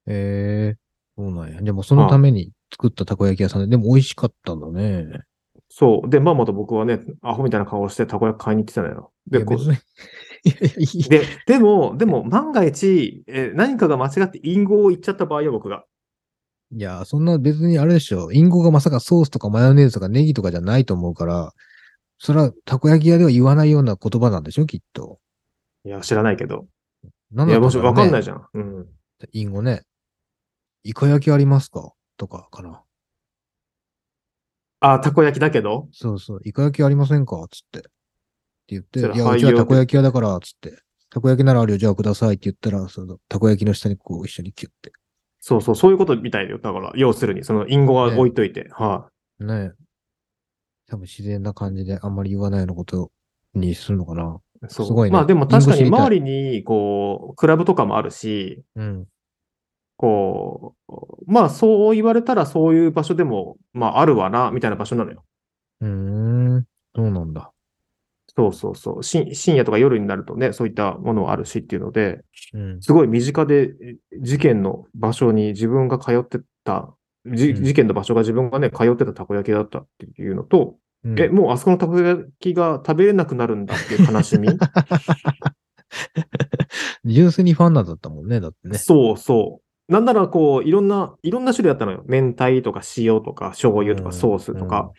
Speaker 2: ええそうなんや。でもそのために作ったたこ焼き屋さんで、でも美味しかったんだね。
Speaker 3: そう。で、まんまと僕はね、アホみたいな顔してたこ焼き買いに行ってたのよ。
Speaker 2: い
Speaker 3: で、
Speaker 2: や
Speaker 3: こ
Speaker 2: 別に いやいやいい。
Speaker 3: で、でも、でも、万が一、えー何かが間違って隠語を言っちゃった場合よ、僕が。
Speaker 2: いや、そんな別にあれでしょ。インゴがまさかソースとかマヨネーズとかネギとかじゃないと思うから、それはたこ焼き屋では言わないような言葉なんでしょ、きっと。
Speaker 3: いや、知らないけど。
Speaker 2: ない。
Speaker 3: や、もしわかんないいじゃん。うん。
Speaker 2: インゴね。イカ焼きありますかとかかな。
Speaker 3: あ、たこ焼きだけど
Speaker 2: そうそう、イカ焼きありませんかつって。って言って、い
Speaker 3: それ
Speaker 2: や、
Speaker 3: は
Speaker 2: う
Speaker 3: い
Speaker 2: ちは
Speaker 3: よ
Speaker 2: たこ焼き屋だから、つって。たこ焼きならあるよ、じゃあくださいって言ったら、その、たこ焼きの下にこう一緒にキュッて。
Speaker 3: そうそう、そういうことみたいだよ。だから、要するに、その、隠語は置いといて。は
Speaker 2: ねえ。多分自然な感じであんまり言わないようなことにするのかな。
Speaker 3: い。そう
Speaker 2: すごいね
Speaker 3: まあ、でも確かに、
Speaker 2: 隠語知りたい
Speaker 3: 周りに、こう、クラブとかもあるし、
Speaker 2: うん。
Speaker 3: こう、まあ、そう言われたら、そういう場所でも、まあ、あるわな、みたいな場所なのよ。
Speaker 2: うーん。そうなんだ。
Speaker 3: そうそうそう。し深夜とか夜になるとね、そういったものはあるしっていうので、
Speaker 2: うん。
Speaker 3: すごい身近でえ事件の場所に自分が通ってた、じ
Speaker 2: うん
Speaker 3: 事件の場所が自分がね、通ってたたこ焼きだったっていうのと、
Speaker 2: うん
Speaker 3: え、もうあそこのたこ焼きが食べれなくなるんだっていう悲 しみ。
Speaker 2: 純粋にファンなんだったもんね、だってね。
Speaker 3: そうそう。なんならこう、いろんな、いろんな種類あったのよ。明太とか塩とか醤油と
Speaker 2: う
Speaker 3: か
Speaker 2: ん
Speaker 3: ソースとか。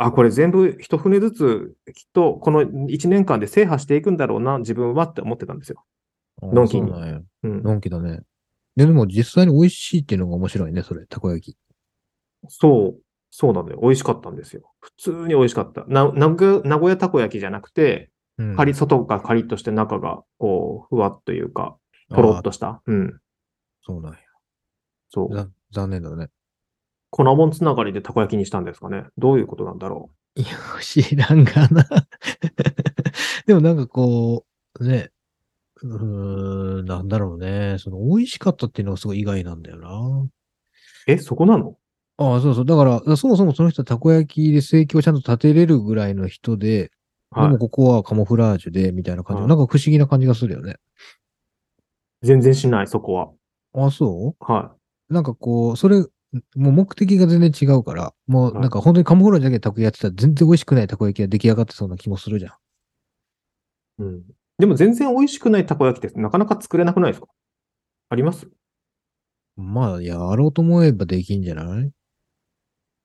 Speaker 3: あ、これ全部一船ずつ、きっとこの1年間で制覇していくんだろうな、自分はって思ってたんですよ。
Speaker 2: あ
Speaker 3: のんきに
Speaker 2: そうなんや
Speaker 3: うん。
Speaker 2: のんきだね。ででも実際に美味しいっていうのが面白いね、それ、たこ焼き。
Speaker 3: そう、そうなのよ。美味しかったんですよ。普通に美味しかった。な名古屋名古屋たこ焼きじゃなくて、
Speaker 2: うん
Speaker 3: カリ外がカリッとして中がこう、ふわっというか、とろっ
Speaker 2: あー
Speaker 3: とした。うん。
Speaker 2: そうなんや。
Speaker 3: そう。
Speaker 2: ざ残念だね。
Speaker 3: 粉もんつながりでたこ焼きにしたんですかね。どういうことなんだろ
Speaker 2: いや、知らんがな。 でもなんかこう、ね、うーん、なんだろうね。その、美味しかったっていうのがすごい意外なんだよな。
Speaker 3: う。え、そこなの
Speaker 2: ああ、そうそう。だから、そもそもその人はたこ焼きで生計をちゃんと立てれるぐらいの人で、で
Speaker 3: は
Speaker 2: もここはカモフラージュで、みたいな感じ、
Speaker 3: はい
Speaker 2: なんか不思議な感じがするよね。
Speaker 3: い。全然しない、そこは。
Speaker 2: ああ、そう
Speaker 3: は
Speaker 2: なんかこう、それ、もう目的が全然違うから、もう
Speaker 3: はい
Speaker 2: なんか本当にカモフラージュだけでたこ焼きやってたら全然美味しくないたこ焼きが出来上がってそうな気もするじゃん。
Speaker 3: い。うん。でも全然美味しくないたこ焼きってなかなか作れなくないですかあります
Speaker 2: まあ、やろうと思えばできんじゃない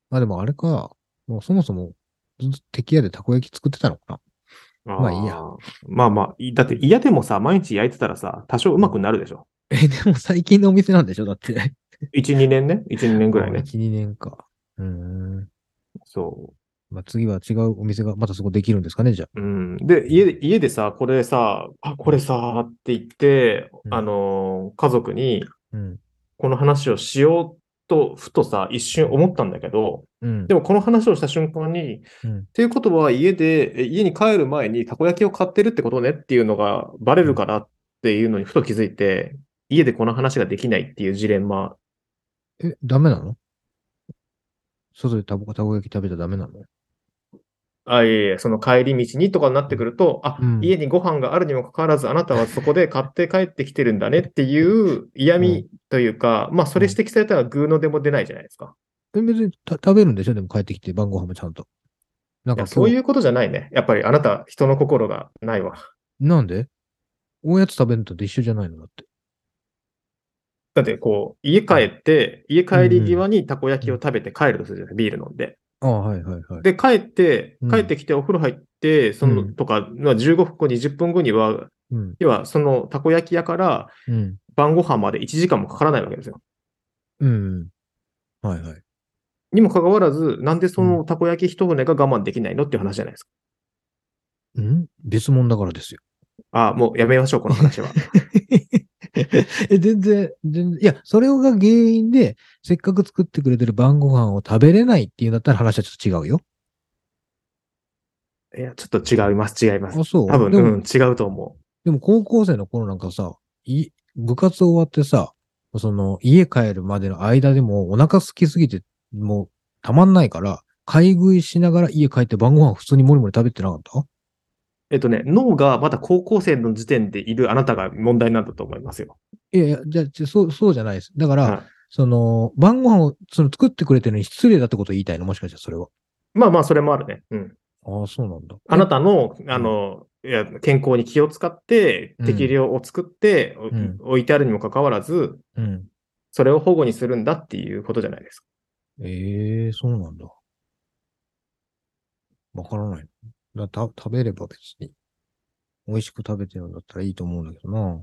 Speaker 2: まあでもあれか、もうそもそもずっと敵屋でたこ焼き作ってたのかまあいいや
Speaker 3: ー。まあまあ、いだって嫌でもさ、毎日焼いてたらさ、多少うまくなるでしょ。
Speaker 2: な。え、でも最近のお店なんでしょだって。
Speaker 3: 1、2年ね。1、2年ぐらいね。
Speaker 2: 1、2年か。うーん。
Speaker 3: そう。
Speaker 2: まあ次は違うお店がまたそこできるんですかねじゃ
Speaker 3: うん、で、家で、家でさ、これさ、あ、これさ、って言って、
Speaker 2: うん
Speaker 3: あのー、家族に
Speaker 2: あ。うん。
Speaker 3: この話をしようと、ふとさ、一瞬思ったんだけど、
Speaker 2: うん
Speaker 3: で。もこの話をした瞬間に、
Speaker 2: うん
Speaker 3: っていうことは家で、え家に帰る前にたこ焼きを買ってるってことねっていうのがバレるかなっていうのにふと気づいて、家でこの話ができないっていうジレンマ。
Speaker 2: え、ダメなの外でたこたこ焼き食べちゃダメなの
Speaker 3: あ、いえいえ、その帰り道にとかになってくると、あ、
Speaker 2: うん
Speaker 3: 家にご飯があるにもかかわらず、あなたはそこで 買って帰ってきてるんだねっていう嫌味というか、まあ、それ指摘されたらぐうのでも出ないじゃないですか。
Speaker 2: え別にた食べるんでしょでも帰ってきて晩ご飯もちゃんと。なん
Speaker 3: い
Speaker 2: か。
Speaker 3: やそういううことじゃないね。やっぱりあなた、人の心がないわ。
Speaker 2: なんでおやつ食べるのと一緒じゃないのだって。
Speaker 3: だって、こう、家帰って、家帰り際にたこ焼きを食べて帰るとするじゃないビール飲んで。
Speaker 2: ああ、はいはいはい。
Speaker 3: で、帰って
Speaker 2: う、ん
Speaker 3: 帰ってきてお風呂入って、その、
Speaker 2: うん
Speaker 3: とか、まあ15分後、20分後には、
Speaker 2: うん。
Speaker 3: 要はそのたこ焼き屋から
Speaker 2: うん。
Speaker 3: 晩ご飯まで1時間もかからないわけですよ。
Speaker 2: うん。はいはい。
Speaker 3: にもかかわらず、なんでそのたこ焼き一船が我慢できないのっていう話じゃないですか。
Speaker 2: うん別物だからですよ。
Speaker 3: ああ、もうやめましょう、こ の話は。
Speaker 2: え全然、全然、いや、それが原因で、せっかく作ってくれてる晩ご飯を食べれないっていうんだったら話はちょっと違うよ。
Speaker 3: いや、ちょっと違います、違います
Speaker 2: あ、。そう。
Speaker 3: 多分、
Speaker 2: でも、
Speaker 3: うん、違うと思
Speaker 2: でも高校生の頃なんかさ、い、部活終わってさ、その、家帰るまでの間でもお腹空きすぎて、もうたまんないから、買い食いしながら家帰って晩ご飯普通にもりもり食べてなかった
Speaker 3: う。えっとね、脳がまだ高校生の時点でいるあなたが問題なんだと思いますよ。
Speaker 2: いやいや、じゃあちょそう、そうじゃないです。だから、
Speaker 3: はい
Speaker 2: その、晩ご飯を、その、作ってくれてるのに失礼だってことを言いたいのもしかしたらそれは。
Speaker 3: まあまあ、それもあるね。うん。
Speaker 2: ああ、そうなんだ。
Speaker 3: あなたの、あの、いや健康に気を使って
Speaker 2: う、ん
Speaker 3: 適量を作って、お
Speaker 2: うん
Speaker 3: 置いてあるにもかかわらず、
Speaker 2: うん。
Speaker 3: それを保護にするんだっていうことじゃないですか。
Speaker 2: ええそうなんだ。わからない。だた食べれば別に、美味しく食べてるんだったらいいと思うんだけどな。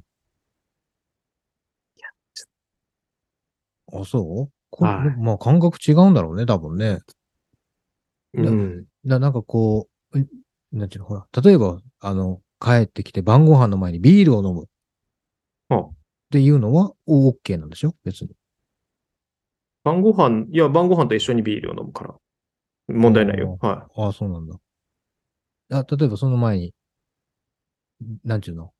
Speaker 2: あ、そうこれ、
Speaker 3: はい
Speaker 2: まあ感覚違うんだろうね、多分ね。うん
Speaker 3: うん。
Speaker 2: ななんかこう、んなんていうの、ほら、例えば、あの、帰ってきて晩ご飯の前にビールを飲む。
Speaker 3: あ
Speaker 2: っていうのは、オーケーなんでしょ別に。
Speaker 3: 晩ご飯、いや、晩ご飯と一緒にビールを飲むから。問題ないよ。はい。
Speaker 2: ああ、そうなんだ。あ、例えばその前に、なんちゅうの、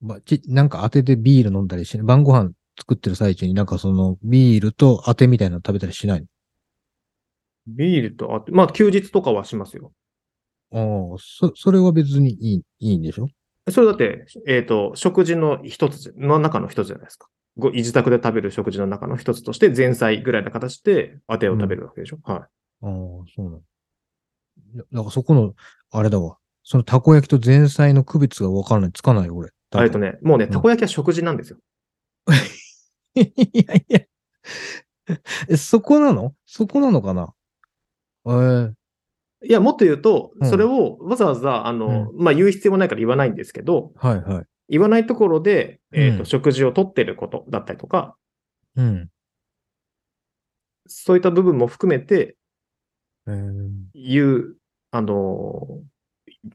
Speaker 2: まち、なんか当ててビール飲んだりしない。晩ご飯作ってる最中になんかそのビールと当てみたいなの食べたりしない
Speaker 3: ビールとあって、まあ休日とかはしますよ。
Speaker 2: のああ、そ、それは別にいい、いいんでしょ
Speaker 3: それだって、えっ、と、食事の一つじゃ、の中の一つじゃないですか。ご自宅で食べる食事の中の一つとして、前菜ぐらいの形で当てを食べるわけでしょ。は
Speaker 2: ああ、そうなの。ななんかそこの、あれだわ。そのたこ焼きと前菜の区別がわからない。つかないよ、俺。
Speaker 3: い。えっとね、もうね、たこ焼きは食事なんですよ。
Speaker 2: いやいや。え、そこなのそこなのかなええ
Speaker 3: いや、もっと言うと
Speaker 2: う、ん
Speaker 3: それをわざわざ、あの、まあ、言う必要もないから言わないんですけど、
Speaker 2: はいはい。
Speaker 3: 言わないところで、えっ、
Speaker 2: う
Speaker 3: と、
Speaker 2: ん
Speaker 3: 食事をとってることだったりとか、
Speaker 2: うん。
Speaker 3: そういった部分も含めて、
Speaker 2: うん。
Speaker 3: 言う、あの、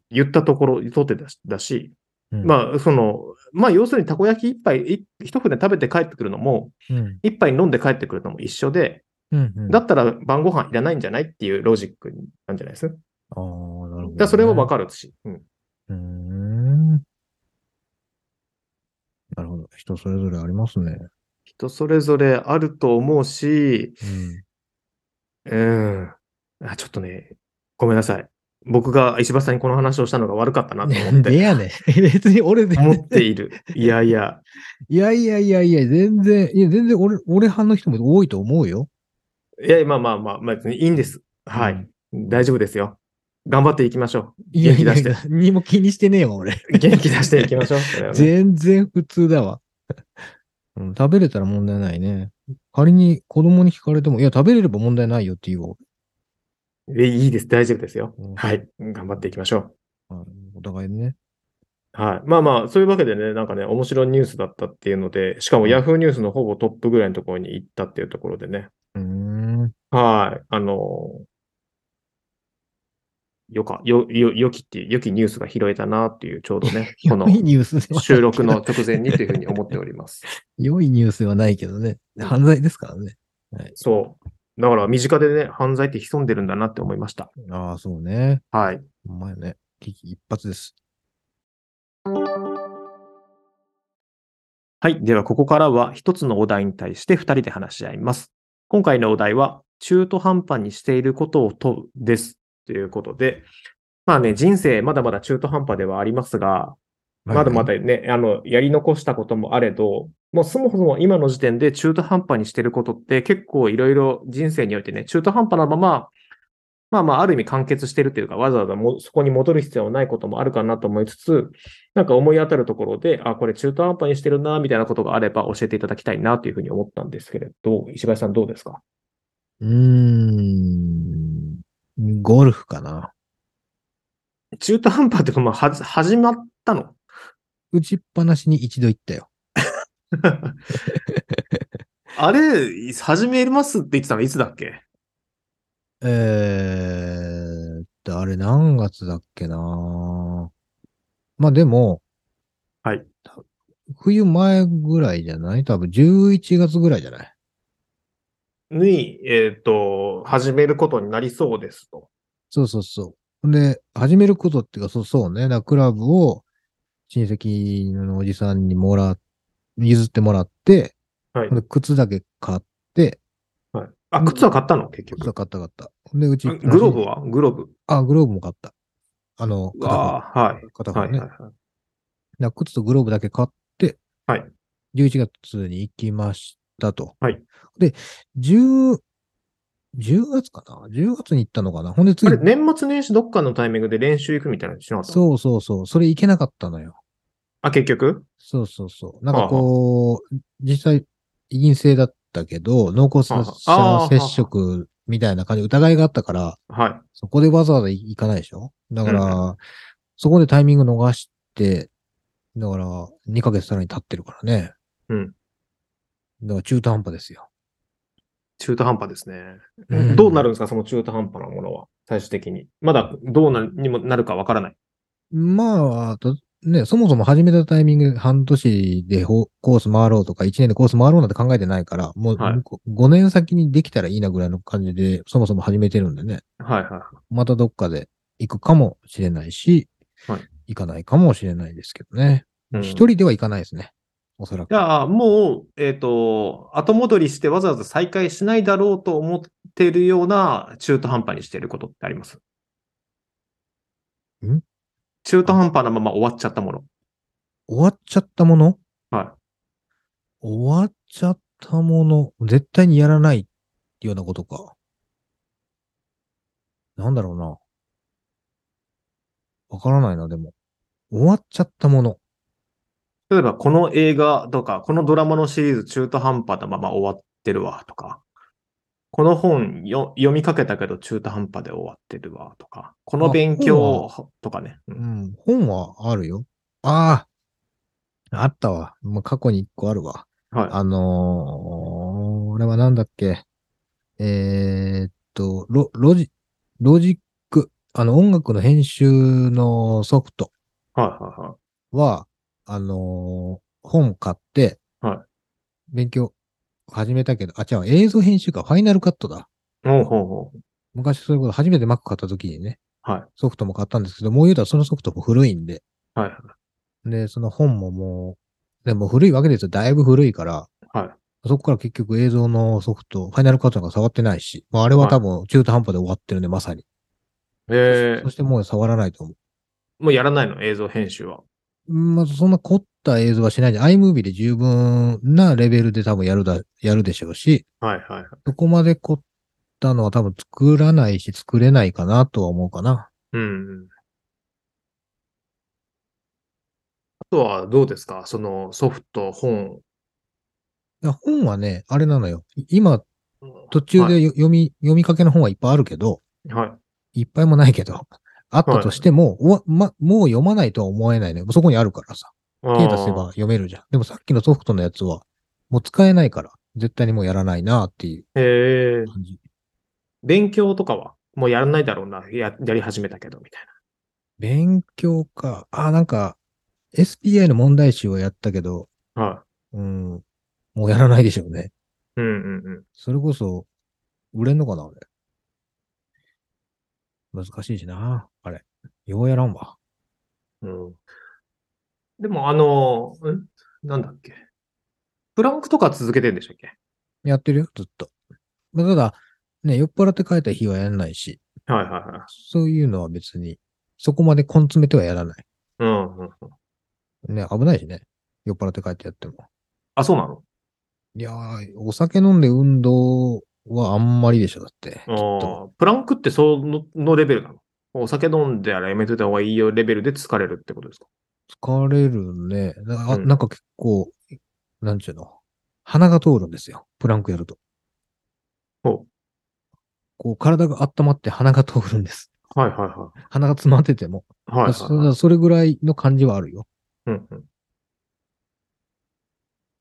Speaker 3: 言ったところにとってだしだし、
Speaker 2: あ、
Speaker 3: まあ、その、まあ、要するにたこ焼き一杯、い一船食べて帰ってくるのも、
Speaker 2: うん。
Speaker 3: 一杯飲んで帰ってくるのも一緒で、
Speaker 2: うんうん。
Speaker 3: だ
Speaker 2: あ
Speaker 3: ったら晩ご飯いらないんじゃないっていうロジックなんじゃないですか。
Speaker 2: あー、なるほど、
Speaker 3: だからそれもわかるし、うん。
Speaker 2: うーん。なるほど。人それぞれありますね。
Speaker 3: 人それぞれあると思うし、
Speaker 2: うん。
Speaker 3: うん。あちょっとね、ごめんなさい。僕が石橋さんにこの話をしたのが悪かったなと思っ
Speaker 2: で
Speaker 3: て、
Speaker 2: やねん。別に俺で、
Speaker 3: 思っている。いやいや、
Speaker 2: いやいやいやいや、全然、いや、全然俺、俺派の人も多いと思うよ。
Speaker 3: いや、まあまあまあ、まあ、別にいいんです。は
Speaker 2: う
Speaker 3: い
Speaker 2: ん。。
Speaker 3: 大丈夫ですよ。頑張っていきましょ
Speaker 2: いや
Speaker 3: 元気出して
Speaker 2: いやいや何も気にしてねえよ、俺。
Speaker 3: う。元気出していきましょう。これは ね
Speaker 2: 全然普通だわ。 うん、食べれたら問題ないね。仮に子供に聞かれても、いや、食べれれば問題ないよって言おう。
Speaker 3: えいいです。大丈夫ですよ
Speaker 2: うん。
Speaker 3: はい。頑張っていきましょ
Speaker 2: あお互いね。
Speaker 3: う。はい。まあまあ、そういうわけでね、なんかね、面白いニュースだったっていうので、しかも Yahoo ニュースのほぼトップぐらいのところに行ったっていうところでね。
Speaker 2: うーん。
Speaker 3: はい。あのーよか、よ、よ、よきっていう、よきニュースが拾えたなっていう、ちょうどね、こ の
Speaker 2: 良いニュースでは
Speaker 3: 収録の直前にというふうに思っております。
Speaker 2: 良いニュースではないけどね。犯罪ですからね。
Speaker 3: そう。だから、身近でね、犯罪って潜んでるんだなって思いました。
Speaker 2: ああ、そうね。
Speaker 3: はい。
Speaker 2: ほんまやね。危機一発です。
Speaker 3: はい。では、ここからは一つのお題に対して二人で話し合います。今回のお題は、中途半端にしていることを問うです。ということで、まあね、人生まだまだ中途半端ではありますが、まだまだね、あの、やり残したこともあれど、もうそもそも今の時点で中途半端にしてることって結構いろいろ人生においてね、中途半端なまま、まあまあある意味完結してるというか、わざわざもうそこに戻る必要はないこともあるかなと思いつつ、なんか思い当たるところで、あ、これ中途半端にしてるな、みたいなことがあれば教えていただきたいなというふうに思ったんですけれど、石橋さんどうですか
Speaker 2: うーん。ゴルフかな。
Speaker 3: 中途半端っていうか、まあ、はじ、始まったの
Speaker 2: 打ちっぱなしに一度行ったよ。
Speaker 3: あれ、始めますって言ってたのいつだっけ
Speaker 2: えーっと、あれ何月だっけなまあでも、
Speaker 3: はい。
Speaker 2: 冬前ぐらいじゃない多分11月ぐらいじゃない
Speaker 3: に、えっ、と、始めることになりそうですと。
Speaker 2: そうそうそう。で、始めることっていうか、そうそうね。だからクラブを親戚のおじさんにもら、譲ってもらって、
Speaker 3: はい。
Speaker 2: で靴だけ買って、
Speaker 3: はい、あ、靴は買ったの結
Speaker 2: 靴は
Speaker 3: 局。
Speaker 2: 買った買った。で、うち、
Speaker 3: あグローブはグローブ。
Speaker 2: あ、グローブも買った。あの、片方。
Speaker 3: ああ、はい。
Speaker 2: 片方
Speaker 3: はい、は
Speaker 2: ね。
Speaker 3: い
Speaker 2: だか
Speaker 3: はい。
Speaker 2: ら靴とグローブだけ買って、
Speaker 3: はい。
Speaker 2: 11月に行きましたと。
Speaker 3: はい。
Speaker 2: で、10、10月かな ?10 月に行ったのかなほんで
Speaker 3: あ
Speaker 2: 次
Speaker 3: れ、、年末年始どっかのタイミングで練習行くみたいなのしなかったう。
Speaker 2: そうそうそう、それ行けなかったのよ。
Speaker 3: あ、結局
Speaker 2: そうそうそう。なんかこう、実際、陰性だったけど、濃厚
Speaker 3: はあはああ
Speaker 2: 者
Speaker 3: あ
Speaker 2: 接触みたいな感じ、疑いがあったから、
Speaker 3: はい。
Speaker 2: そこでわざわざ行かないでしょだから、
Speaker 3: う
Speaker 2: そこでタイミング逃して、だから、2ヶ月さらに経ってるからね。
Speaker 3: うん。
Speaker 2: だから中途半端ですよ。
Speaker 3: 中途半端ですね。
Speaker 2: うん
Speaker 3: どうなるんですかその中途半端なものは。最終的に。まだどうなにもなるかわからない。
Speaker 2: まあ、とね、そもそも始めたタイミング、半年でほコース回ろうとか、1年でコース回ろうなんて考えてないから、もう
Speaker 3: はい
Speaker 2: 5年先にできたらいいなぐらいの感じで、そもそも始めてるんでね。
Speaker 3: はいはい。
Speaker 2: またどっかで行くかもしれないし、
Speaker 3: はい
Speaker 2: 行かないかもしれないですけどね。
Speaker 3: うん
Speaker 2: 一、人では行かないですね。おそらく。
Speaker 3: じゃあ、もう、えっ、と、後戻りしてわざわざ再開しないだろうと思っているような中途半端にしていることってあります
Speaker 2: ん
Speaker 3: 中途半端なまま終わっちゃったもの。
Speaker 2: 終わっちゃったもの
Speaker 3: は
Speaker 2: 終わっちゃったもの、絶対にやらないっていうようなことか。なんだろうな。わからないな、でも。終わっちゃったもの。
Speaker 3: い。例えば、この映画とか、このドラマのシリーズ中途半端なまま終わってるわとか、この本よ読みかけたけど中途半端で終わってるわとか、この
Speaker 2: あ
Speaker 3: 勉強とかね。う
Speaker 2: うんん、本はあるよ。ああ、あったわ。まあ、過去に一個あるわ。
Speaker 3: はい。
Speaker 2: あのれはなんだっけ。えーっと、ロ、ロジ、ロジック、あの、音楽の編集のソフト
Speaker 3: はいはいはい。
Speaker 2: は、あのー本買って、
Speaker 3: は
Speaker 2: 勉強始めたけど、あ、違う、映像編集か、ファイナルカットだ。
Speaker 3: おうほうほう。
Speaker 2: 昔そういうこと、初めて Mac 買った時にね、
Speaker 3: はい
Speaker 2: ソフトも買ったんですけど、もう言うたらそのソフトも古いんで、
Speaker 3: はいはい。
Speaker 2: で、その本ももう、でも古いわけですよ。だいぶ古いから、
Speaker 3: はい
Speaker 2: そこから結局映像のソフト、ファイナルカットなんか触ってないし、まあ、あれは多分中途半端で終わってるね、まさに。
Speaker 3: え
Speaker 2: そしてもう触らないと思
Speaker 3: ー、もうやらないの映像編集は。
Speaker 2: う。まずそんな凝った映像はしないで、iMovie で十分なレベルで多分やるだ、やるでしょうし、
Speaker 3: はいはいはい。
Speaker 2: そこまで凝ったのは多分作らないし、作れないかなとは思うかな。
Speaker 3: うんうん。あとはどうですかそのソフト、本。
Speaker 2: いや本はね、あれなのよ。い今、途
Speaker 3: は
Speaker 2: 中
Speaker 3: い
Speaker 2: でよ読み、読みかけの本はいっぱいあるけど、
Speaker 3: はい。
Speaker 2: いっぱいもないけど、 あったとしても、おわま、もう読まないとは思えないのよ。そこにあるからさ。
Speaker 3: あ
Speaker 2: 手
Speaker 3: ー
Speaker 2: 出せば読めるじゃん。でもさっきのソフトのやつは、もう使えないから、絶対にもうやらないなっていう
Speaker 3: えー、
Speaker 2: 感じ。
Speaker 3: 勉強とかはもうやらないだろうな。ややり始めたけど、みたい
Speaker 2: 勉強か。あ、なんか、SPI の問題集をやったけど、
Speaker 3: な。はい。
Speaker 2: うん、もうやらないでしょうね。
Speaker 3: うんうんうん。
Speaker 2: それこそ、売れんのかな、あれ。難しいしな、あれ。ようやらんわ。
Speaker 3: うんでも、あの、んなんだっけ。プランクとか続けてんでしたっけ
Speaker 2: やってるよ、ずっと。まあ、ただ、ね、酔っ払って帰った日はやんないし、
Speaker 3: はいはいはい。
Speaker 2: そういうのは別に、そこまで根詰めてはやらない。
Speaker 3: うんうんうん。
Speaker 2: ね、危ないしね。酔っ払って帰ってやっても。
Speaker 3: あ、そうなの
Speaker 2: いやー、お酒飲んで運動はあんまりでしょ、だって。
Speaker 3: あ
Speaker 2: と
Speaker 3: ープランクってそののレベルなのお酒飲んであれやめといた方がいいよレベルで疲れるってことですか
Speaker 2: 疲れるね。なあ
Speaker 3: うん
Speaker 2: なんか結構、なんちゅうの。鼻が通るんですよ。プランクやると。
Speaker 3: ほ
Speaker 2: こう、体が温まって鼻が通るんです。
Speaker 3: うはいはいは
Speaker 2: 鼻が詰まってても。
Speaker 3: い。はいはい、
Speaker 2: そ
Speaker 3: はい
Speaker 2: それぐらいの感じはあるよ。
Speaker 3: うんうん。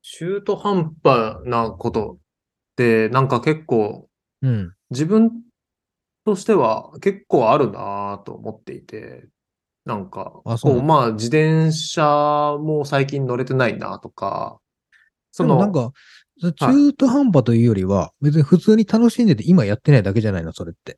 Speaker 3: 中途半端なことってなんか結構
Speaker 2: うん。
Speaker 3: 自分としては結構あるなぁと思っていて、なんか、
Speaker 2: あそうな
Speaker 3: こう、
Speaker 2: の
Speaker 3: まあ、自転車も最近乗れてないなとか、そ
Speaker 2: でも
Speaker 3: の、
Speaker 2: なんか、中途半端というよりは、別に普通に楽しんでて今やってないだけじゃないの、それって。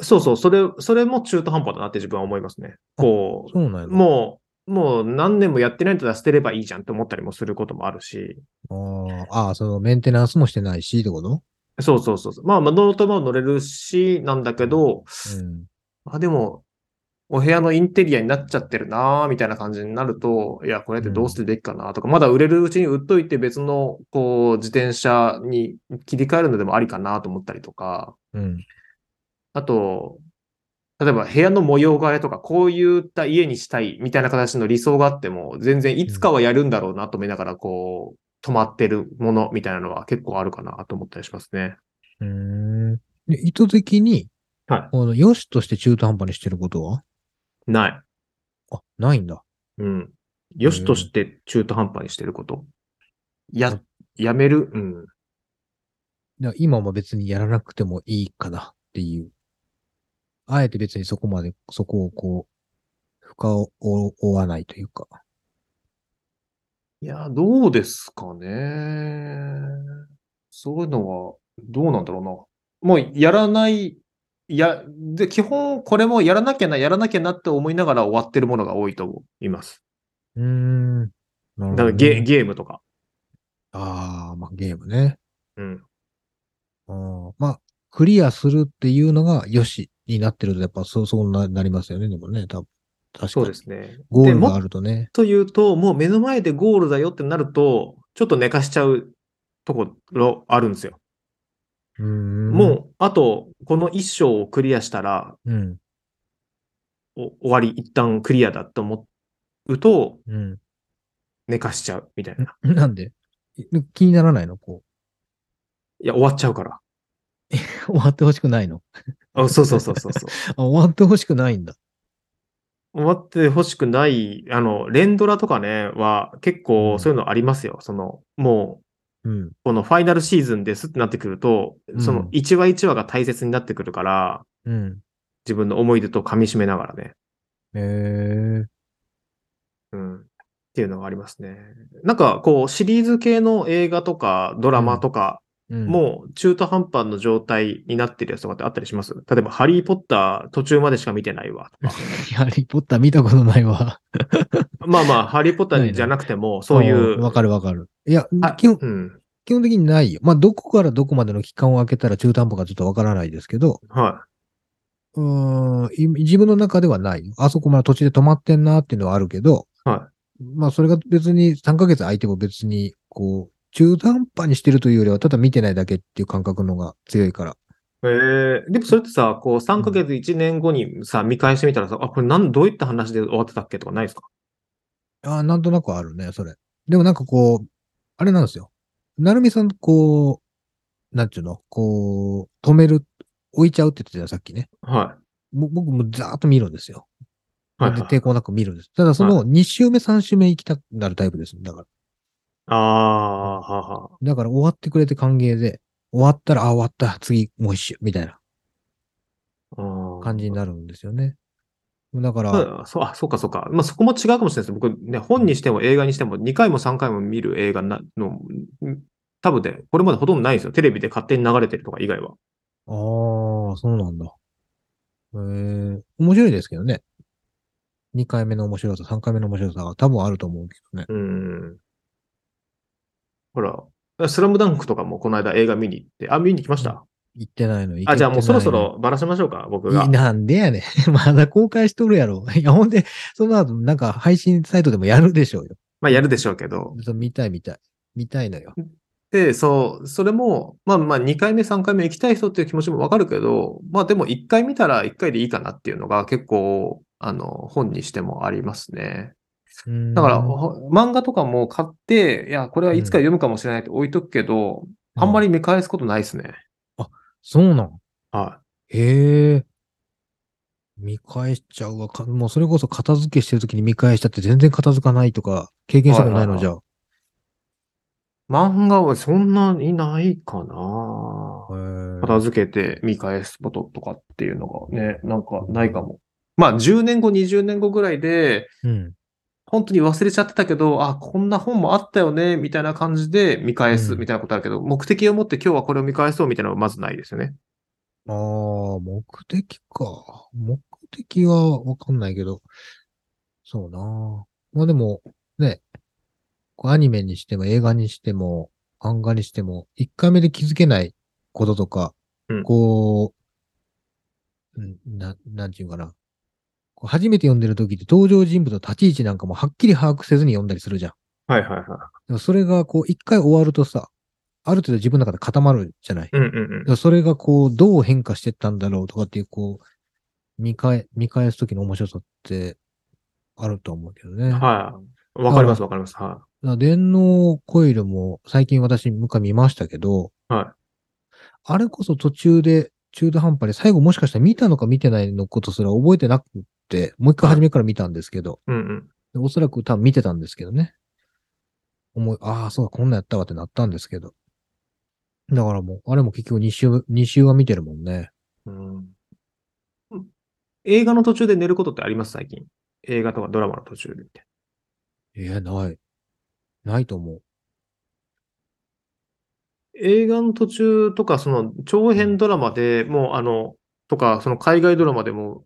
Speaker 3: そうそう、それ、それも中途半端だなって自分は思いますね。
Speaker 2: あ
Speaker 3: こ
Speaker 2: そうなんや
Speaker 3: う、
Speaker 2: ろ。
Speaker 3: もう、もう何年もやってないんだったら捨てればいいじゃんって思ったりもすることもあるし、
Speaker 2: あーあー、そのメンテナンスもしてないし、ってこと
Speaker 3: そうそうそうそう、まあ、まあ、ノートも乗れるし、なんだけど、
Speaker 2: うん。
Speaker 3: あ、でも、お部屋のインテリアになっちゃってるなーみたいな感じになると、いや、これってどうするべきかなとか、まだ売れるうちに売っといて別の、こう、自転車に切り替えるのでもありかなと思ったりとか、
Speaker 2: うん。
Speaker 3: あと、例えば部屋の模様替えとか、こういった家にしたいみたいな形の理想があっても、全然いつかはやるんだろうなと思いながら、こう、止まってるものみたいなのは結構あるかなと思ったりしますね。
Speaker 2: うーん。で意図的に、
Speaker 3: はい
Speaker 2: この、良しとして中途半端にしてることは
Speaker 3: ない。
Speaker 2: あ、ないんだ。
Speaker 3: うん。よしとして中途半端にしてること。や、やめる。うん。
Speaker 2: だから今も別にやらなくてもいいかなっていう。あえて別にそこまで、そこをこう、負荷を負わないというか。
Speaker 3: いや、どうですかね。そういうのは、どうなんだろうな。もう、やらない、や、で、基本、これもやらなきゃな、やらなきゃなって思いながら終わってるものが多いと思います。
Speaker 2: うーん。なる
Speaker 3: だ
Speaker 2: ほ
Speaker 3: か
Speaker 2: ど
Speaker 3: ら
Speaker 2: ね
Speaker 3: ゲ、ゲームとか。
Speaker 2: ああ、まあゲームね。
Speaker 3: うん。
Speaker 2: うん。まあ、クリアするっていうのが良しになってると、やっぱそう、そうななりますよね。でもね、多分。確かに。
Speaker 3: そうですね。
Speaker 2: ゴー
Speaker 3: で
Speaker 2: ル
Speaker 3: も
Speaker 2: があるとね。
Speaker 3: というと、もう目の前でゴールだよってなると、ちょっと寝かしちゃうところあるんですよ。
Speaker 2: うーん
Speaker 3: もう、あと、この一章をクリアしたら、
Speaker 2: う。うん。
Speaker 3: お終わり、一旦クリアだと思うと、
Speaker 2: うん。
Speaker 3: 寝かしちゃう、みたいな。
Speaker 2: なんでい気にならないのこ
Speaker 3: いや、終わっちゃうから。
Speaker 2: う。 終わってほしくないの
Speaker 3: あそうそうそうそ うそう。
Speaker 2: あ、終わってほしくないんだ。
Speaker 3: 終わってほしくない、あの、連ドラとかね、は、結
Speaker 2: う
Speaker 3: 構
Speaker 2: ん
Speaker 3: そういうのありますよ。その、も
Speaker 2: うん。
Speaker 3: このファイナルシーズンですってなってくると、
Speaker 2: うん
Speaker 3: その一話一話が大切になってくるから、
Speaker 2: うん。
Speaker 3: 自分の思い出と噛み締めながらね。
Speaker 2: へえ。
Speaker 3: うん。っていうのがありますね。なんか、こう、シリーズ系の映画とか、ドラマとか、
Speaker 2: うん、
Speaker 3: もう中途半端の状態になってるやつとかってあったりします例えば、ハリー・ポッター途中までしか見てないわとか。
Speaker 2: ハリーポッター見たことないわ。
Speaker 3: まあまあ、ハリー・ポッターじゃなくても、そう い
Speaker 2: ん
Speaker 3: う
Speaker 2: わ、かるわかる。いや
Speaker 3: あ、
Speaker 2: 基本、
Speaker 3: うん。
Speaker 2: 基本的にないよ。まあ、どこからどこまでの期間を空けたら中途半端かちょっとわからないですけど、
Speaker 3: は
Speaker 2: うーん、い自分の中ではないよ。あそこまで途中で止まってんなっていうのはあるけど、
Speaker 3: は
Speaker 2: まあ、それが別に3ヶ月空いても別に、こう、中途半端にしてるというよりは、ただ見てないだけっていう感覚のが強いから。
Speaker 3: い。えー、でもそれってさ、こう、3ヶ月1年後にさ、見返してみたらさ、あ、これなん、どういった話で終わってたっけとかないですか
Speaker 2: ああ、なんとなくあるね、それ。でもなんかこう、あれなんですよ。なるみさん、こう、なんちゅうの、こう、止める、置いちゃうって言ってたじゃん、さっきね。
Speaker 3: は
Speaker 2: も僕もざーっと見るんですよ。
Speaker 3: い。はい、
Speaker 2: で
Speaker 3: はい
Speaker 2: 抵。抗なく見るんです。ただその2週目、3週目行きたくなるタイプです。だから、
Speaker 3: ああ、はあはあ。
Speaker 2: だから終わってくれて歓迎で、終わったら、あ、終わった、次、もう一周、みたいな
Speaker 3: 感
Speaker 2: 感じになるんですよね。だから、
Speaker 3: あそうあそうか、そうか。まあ、そこも違うかもしれないです。僕ね、本にしても映画にしても、2回も3回も見る映画なの、ん多分ね、これまでほとんどないんですよ。テレビで勝手に流れてるとか以外は。
Speaker 2: ああ、そうなんだ。えー、面白いですけどね。2回目の面白さ、3回目の面白さが多分あると思うけどね。
Speaker 3: うん。ほら、スラムダンクとかもこの間映画見に行って、あ、見に行きました。
Speaker 2: 行ってないの、行
Speaker 3: あ、
Speaker 2: けて
Speaker 3: じゃあ
Speaker 2: ないの
Speaker 3: もうそろそ。ろばらしましょうか、僕が
Speaker 2: い。なんでやねん。 まだ公開しとるやろ。いや、ほんで、その後、なんか配信サイトでもやるでしょうよ。
Speaker 3: まあ、やるでしょうけど。
Speaker 2: そう見たい見たい。見たいのよ。
Speaker 3: で、そう、それも、まあまあ、2回目、3回目行きたい人っていう気持ちもわかるけど、まあでも1回見たら1回でいいかなっていうのが結構、あの、本にしてもありますね。だから、ほ漫画とかも買って、いや、これはいつか読むかもしれないって置いとくけど、あんま
Speaker 2: り。
Speaker 3: り見返すことないですね。
Speaker 2: そうなん。
Speaker 3: は
Speaker 2: へえ。見返しちゃうわ。かもうそれこそ片付けしてるときに見返したって全然片付かないとか、経験したことないの、
Speaker 3: はい
Speaker 2: じ
Speaker 3: は
Speaker 2: ゃあ。
Speaker 3: い。漫画はそんなにないかな。
Speaker 2: へ
Speaker 3: 片付けて見返すこととかっていうのがね、なんかないかも。まあ、10年後、20年後ぐらいで、
Speaker 2: え。うん。
Speaker 3: 本当に忘れちゃってたけど、あ、こんな本もあったよね、みたいな感じで見返す
Speaker 2: うん
Speaker 3: みたいなことあるけど、目的を持って今日はこれを見返そうみたいなのはまずないですよね。
Speaker 2: ああ、目的か。目的はわかんないけど。そうなあまあでも、ね、こうアニメにしても映画にしても漫画にしても、一回目で気づけないこととか、
Speaker 3: うん
Speaker 2: こう、うん、な、なんていうかな。こう初めて読んでる時って登場人物の立ち位置なんかもはっきり把握せずに読んだりするじゃん。
Speaker 3: はいはいは
Speaker 2: でもそれがこう一回終わるとさ、ある程度自分の中で固まるじゃない。
Speaker 3: い。うんうん
Speaker 2: だからそれがこう、どう変化してったんだろうとかっていう、こう、見返、見返すときの面白さってあると思うけどね。
Speaker 3: うん。はい。わかりますわかります。はい。
Speaker 2: い。電脳コイルも最近私、昔見ましたけど、
Speaker 3: はい
Speaker 2: あれこそ途中で、中途半端で最後もしかしたら見たのか見てないのことすら覚えてなくって、もう一回初めから見たんですけど、
Speaker 3: うんうん。
Speaker 2: でおそらく多分見てたんですけどね。思い、ああ、そうか、こんなんやったわってなったんですけど。だからもう、あれも結局2週、二週は見てるもんね。
Speaker 3: うん映画の途中で寝ることってあります最近。映画とかドラマの途中でみたい
Speaker 2: ええない。ないと思う。
Speaker 3: な。映画の途中とか、その長編ドラマでもう、あの、とか、その海外ドラマでも、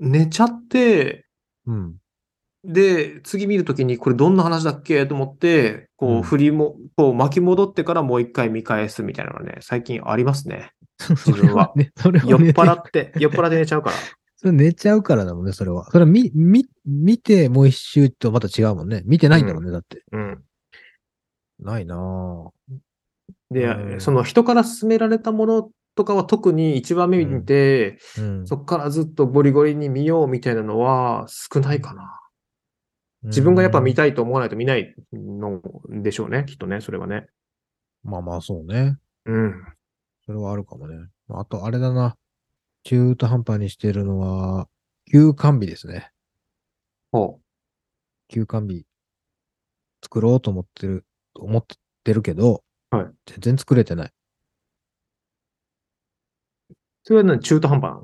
Speaker 2: うん。
Speaker 3: 寝ちゃって、
Speaker 2: うん。
Speaker 3: で、次見るときに、これどんな話だっけと思って、
Speaker 2: う
Speaker 3: こ
Speaker 2: ん
Speaker 3: う、振りも、こう、巻き戻ってからもう一回見返すみたいなのがね、最近あります ね。
Speaker 2: そ
Speaker 3: 分
Speaker 2: れ
Speaker 3: は
Speaker 2: はね、それ
Speaker 3: 酔
Speaker 2: は
Speaker 3: っ
Speaker 2: ね
Speaker 3: 払って、酔っ払って寝ちゃうから。
Speaker 2: それ寝ちゃうからだもんね、それは。それは見、見、見てもう一周とまた違うもんね。見てないんだもんね、だって。
Speaker 3: うん。
Speaker 2: ないなぁ。う
Speaker 3: で、
Speaker 2: ん
Speaker 3: その人から勧められたものとかは特に一番目にて、
Speaker 2: うん。
Speaker 3: そっからずっとゴリゴリに見ようみたいなのは少ないかな。自分がやっぱ見
Speaker 2: た。
Speaker 3: たいと思わないと見ないのでしょうね、きっとね、それはね。
Speaker 2: まあまあ、そうね。
Speaker 3: うん。
Speaker 2: それはあるかもね。あと、あれだな。中途半端にしてるのは、休館日ですね。
Speaker 3: ほ
Speaker 2: 休館日。作ろうと思ってる、思っってるけど、
Speaker 3: はい
Speaker 2: 全然作れてない。
Speaker 3: それは何中途半端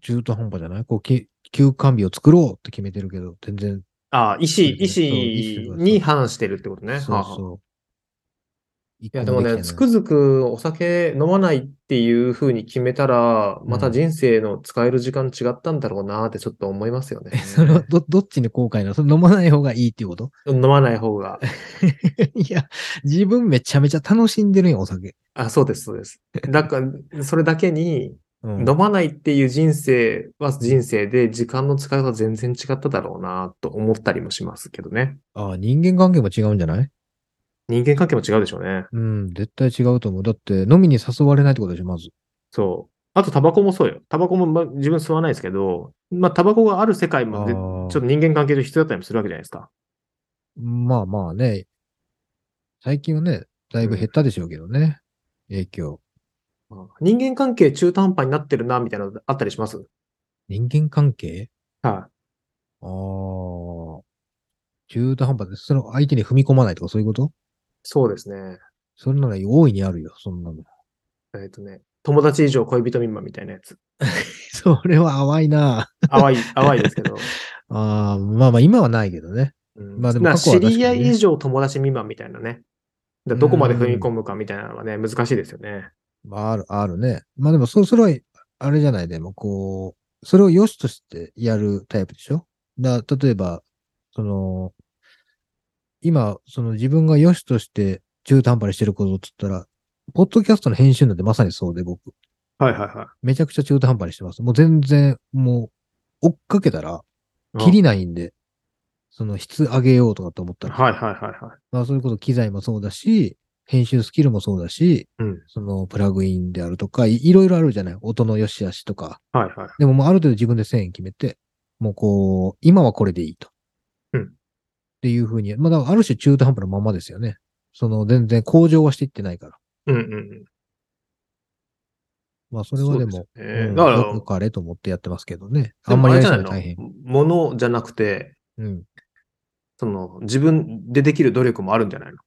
Speaker 2: 中途半端じゃないこうき、休館日を作ろうって決めてるけど、全然、
Speaker 3: ああ、意思、意
Speaker 2: そう
Speaker 3: 思
Speaker 2: 意思が
Speaker 3: に反してるってことね。
Speaker 2: そう
Speaker 3: はあ
Speaker 2: そう。い
Speaker 3: いや、でもね、つく
Speaker 2: る。
Speaker 3: づくお酒飲まないっていうふうに決めたら、ま
Speaker 2: う
Speaker 3: た
Speaker 2: ん
Speaker 3: 人生の使える時間違ったんだろうなってちょっと思いますよね。
Speaker 2: それはど、どっちに後悔なのそれ飲まない方がいいっていうこと
Speaker 3: 飲まない方が。
Speaker 2: いや、自分めちゃめちゃ楽しんでるやん、お酒。
Speaker 3: あ、そうです、そうです。だから、それだけに、
Speaker 2: うん
Speaker 3: 飲まないっていう人生は人生で、時間の使い方は全然違っただろうなと思ったりもしますけどね。
Speaker 2: ああ、人間関係も違うんじゃない
Speaker 3: 人間関係も違うでしょうね。
Speaker 2: うん、絶対違うと思う。だって、飲みに誘われないってことでしょ、まず。
Speaker 3: そう。あと、タバコもそうよ。タバコも、まあ、自分吸わないですけど、まあ、タバコがある世界もで、
Speaker 2: あ
Speaker 3: ち
Speaker 2: ー
Speaker 3: ょっと人間関係上必要だったりもするわけじゃないですか。
Speaker 2: まあまあね、最近はね、だいぶ減ったでしょうけどね、影響。
Speaker 3: 人間関係中途半端になってるな、みたいなのあったりします
Speaker 2: 人間関係
Speaker 3: は
Speaker 2: ああ、中途半端で、その相手に踏み込まないとかそういうこと
Speaker 3: い。そうですね。
Speaker 2: それなら大いにあるよ、そんなの。
Speaker 3: えっ、とね、友達以上恋人未満みたいなやつ。
Speaker 2: それは淡いな。
Speaker 3: 淡い、淡いですけど。
Speaker 2: ああ、まあまあ今はないけどね。
Speaker 3: うん
Speaker 2: まあでも
Speaker 3: な
Speaker 2: 過去は確
Speaker 3: 知
Speaker 2: かにね
Speaker 3: り合い以上友達未満みたいなね。だからどこまで踏み込むかみたいなのはね、難しいですよね。
Speaker 2: まあある、あるね。まあでもそ、それは、あれじゃない、でもこう、それを良しとしてやるタイプでしょだ例えば、その、今、その自分が良しとして中途半端にしてることって言ったら、ポッドキャストの編集なんてまさにそうで僕。
Speaker 3: はいはいは
Speaker 2: めちゃくちゃ中途半端にしてます。もう全然、もう、追っかけたら、
Speaker 3: い
Speaker 2: きり
Speaker 3: な
Speaker 2: ないんで、その質上げようとかと思ったら、
Speaker 3: はいはいはいはい。
Speaker 2: まあそういうこと機材もそうだし、編集スキルもそうだし、
Speaker 3: うん
Speaker 2: そのプラグインであるとかい、いろいろあるじゃない音の良し悪しとか。
Speaker 3: はいはい。
Speaker 2: でももうある程度自分で線決めて、もうこう、今はこれでいいと。
Speaker 3: うん
Speaker 2: っていうふうに、まあだからある種中途半端なままですよね。その全然向上はしていってないから。
Speaker 3: うんうんうん。
Speaker 2: まあそれはで
Speaker 3: そ
Speaker 2: も
Speaker 3: う、すよね
Speaker 2: うん
Speaker 3: だか
Speaker 2: よ
Speaker 3: ら
Speaker 2: よ、かれと思ってやってますけどね。あ
Speaker 3: で
Speaker 2: ん
Speaker 3: も
Speaker 2: まりや
Speaker 3: あ
Speaker 2: り
Speaker 3: れじゃ
Speaker 2: す
Speaker 3: な
Speaker 2: ぎ
Speaker 3: い
Speaker 2: る
Speaker 3: の
Speaker 2: と大変。
Speaker 3: ものじゃなくて、
Speaker 2: うん。
Speaker 3: その、自分でできる努力もあるんじゃないの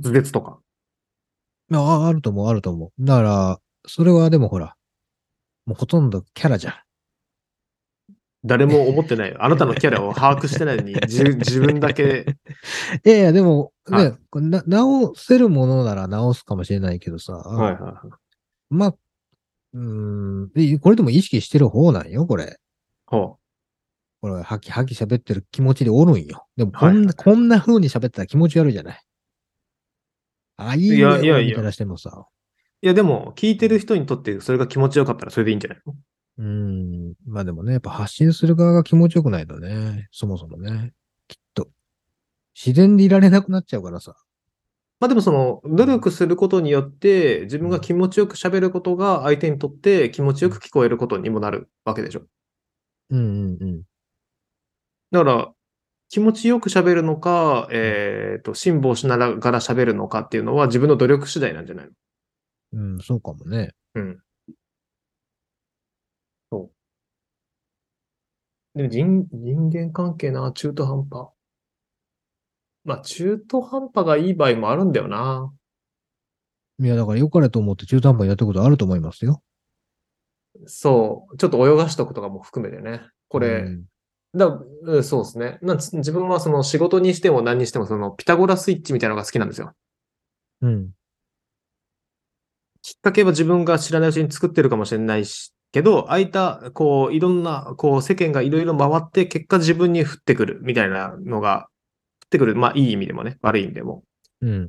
Speaker 3: 滑舌とか。
Speaker 2: まああ、あると思う、あると思う。だから、それはでもほら、もうほとんどキャラじゃん。
Speaker 3: 誰も思ってない よ。あなたのキャラを把握してないのに、じ自分だけ。
Speaker 2: いやいや、でも、ね、
Speaker 3: はい
Speaker 2: これな直せるものなら直すかもしれないけどさ、
Speaker 3: はいはいはい。
Speaker 2: まあ、うーんで、これでも意識してる方なんよ、これ。
Speaker 3: ほ
Speaker 2: これ、はきはき喋ってる気持ちでおるんよ。でも、こんな、
Speaker 3: はい
Speaker 2: こんな風に喋ったら気持ち悪いじゃない。あ、いいね、
Speaker 3: いやいやいや
Speaker 2: みたいなしてもさ。
Speaker 3: う。いや、でも、聞いてる人にとってそれが気持ちよかったらそれでいいんじゃないの
Speaker 2: うーん。まあでもね、やっぱ発信する側が気持ちよくないとね、そもそもね、きっと。自然でいられなくなっちゃうからさ。
Speaker 3: まあでもその、努力することによって、自分が気持ちよく喋ることが相手にとって気持ちよく聞こえることにもなるわけでしょ。
Speaker 2: うんうんうん。
Speaker 3: だから、気持ちよく喋るのか、えっ、と、辛抱しながら喋るのかっていうのは自分の努力次第なんじゃないの
Speaker 2: うん、そうかもね。
Speaker 3: うん。そう。でも人、人間関係な、中途半端。まあ、中途半端がいい場合もあるんだよな。
Speaker 2: いや、だから良かれと思って中途半端にやったことあると思いますよ。
Speaker 3: そう。ちょっと泳がしとくとかも含めてね。これ、
Speaker 2: うん
Speaker 3: だ、うんそうですね。なんつ自分はその仕事にしても何にしてもそのピタゴラスイッチみたいなのが好きなんですよ。
Speaker 2: うん。
Speaker 3: きっかけは自分が知らないうちに作ってるかもしれないし、けど、空いた、こう、いろんな、こう、世間がいろいろ回って、結果自分に降ってくるみたいなのが、降ってくる、まあ、いい意味でもね、悪い意味でも、
Speaker 2: うん。
Speaker 3: っ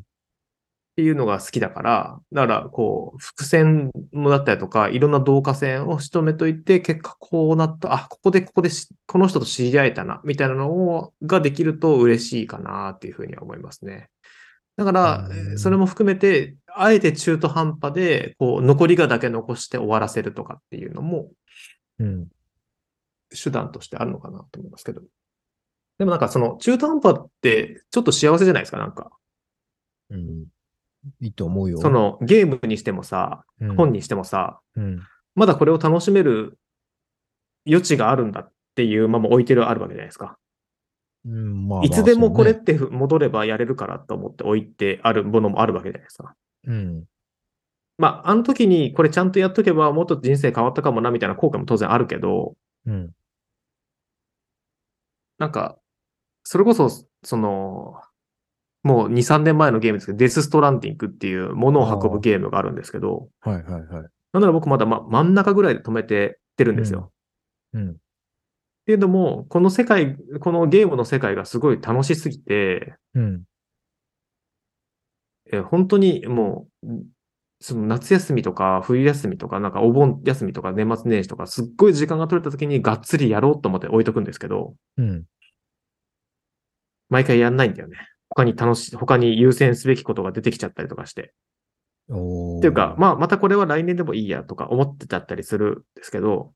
Speaker 3: ていうのが好きだから、だから、こう、伏線もだったりとか、いろんな導火線を仕留めといて、結果こうなった、あ、ここで、ここでし、この人と知り合えたな、みたいなのを、ができると嬉しいかな、っていうふうには思いますね。だから、え
Speaker 2: う
Speaker 3: ー
Speaker 2: ん
Speaker 3: それも含めて、あえて中途半端で、こう、残りがだけ残して終わらせるとかっていうのも、
Speaker 2: うん。
Speaker 3: 手段としてあるのかなと思いますけど。でもなんか、その、中途半端って、ちょっと幸せじゃないですか、なんか。
Speaker 2: うん。いいと思うよ。
Speaker 3: そ、の、ゲームにしてもさ、
Speaker 2: うん、
Speaker 3: 本にしてもさ、
Speaker 2: うん。
Speaker 3: まだこれを楽しめる余地があるんだっていうまま置いてるあるわけじゃないですか。
Speaker 2: うん、まあまあ
Speaker 3: いつでもこれっ
Speaker 2: そう
Speaker 3: て戻ればやれるからと思って置いてあるものもあるわけじゃないですか。
Speaker 2: ね
Speaker 3: まあ、あの時にこれちゃんとやっとけばもっと人生変わったかもなみたいな効果も当然あるけど、
Speaker 2: うん。うん。
Speaker 3: なんか、それこそ、その、もう2、3年前のゲームですけど、デスストランディングっていうものを運ぶゲームがあるんですけど、
Speaker 2: はいはいはい。
Speaker 3: なんなら僕まだ、ま、真ん中ぐらいで止めてってるんですよ。
Speaker 2: うんうん。
Speaker 3: っていうのも、この世界、このゲームの世界がすごい楽しすぎて、
Speaker 2: うん。
Speaker 3: えー本当にもう、んその夏休みとか冬休みとか、なんかお盆休みとか年末年始とか、すっごい時間が取れた時にがっつりやろうと思って置いとくんですけど、
Speaker 2: うん。
Speaker 3: 毎回やんないんだよね。他に楽し、他に優先すべきことが出てきちゃったりとかして。
Speaker 2: おー
Speaker 3: っていうか、まあ、またこれは来年でもいいやとか思ってちゃったりするんですけど、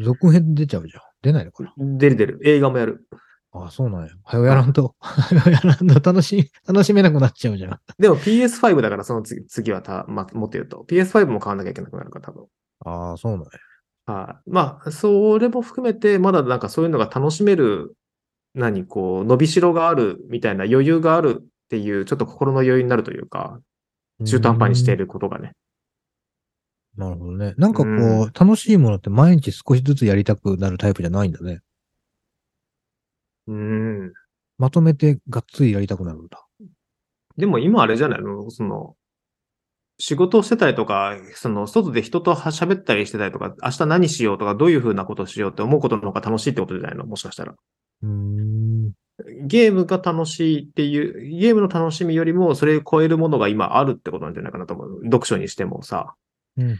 Speaker 2: 続編出ちゃうじゃん。出ないのかな
Speaker 3: 出る出る。映画もやる。
Speaker 2: ああ、そうなんや。はよやらんと。 はよやらんと楽し、楽しめなくなっちゃうじゃん。
Speaker 3: でも PS5 だからその次次はた、まあ、もっと言うと、PS5 も買わなきゃいけなくなるから、多分。
Speaker 2: ああ、そうなんや。
Speaker 3: はい。まあ、それも含めて、まだなんかそういうのが楽しめる、何、こう、伸びしろがあるみたいな余裕があるっていう、ちょっと心の余裕になるというか、中途半端にしていることがね。
Speaker 2: うん。なるほどね。なんかこう、
Speaker 3: う
Speaker 2: 楽しいものって毎日少しずつやりたくなるタイプじゃないんだね。
Speaker 3: うん。
Speaker 2: まとめてがっつりやりたくなるんだ。
Speaker 3: でも今あれじゃないのその、仕事をしてたりとか、その、外で人とは喋ったりしてたりとか、明日何しようとか、どういうふうなことしようって思うことの方が楽しいってことじゃないのもしかしたら。
Speaker 2: うーん。
Speaker 3: ゲームが楽しいっていう、ゲームの楽しみよりも、それを超えるものが今あるってことなんじゃないかなと思う。読書にしてもさ。
Speaker 2: うんうん。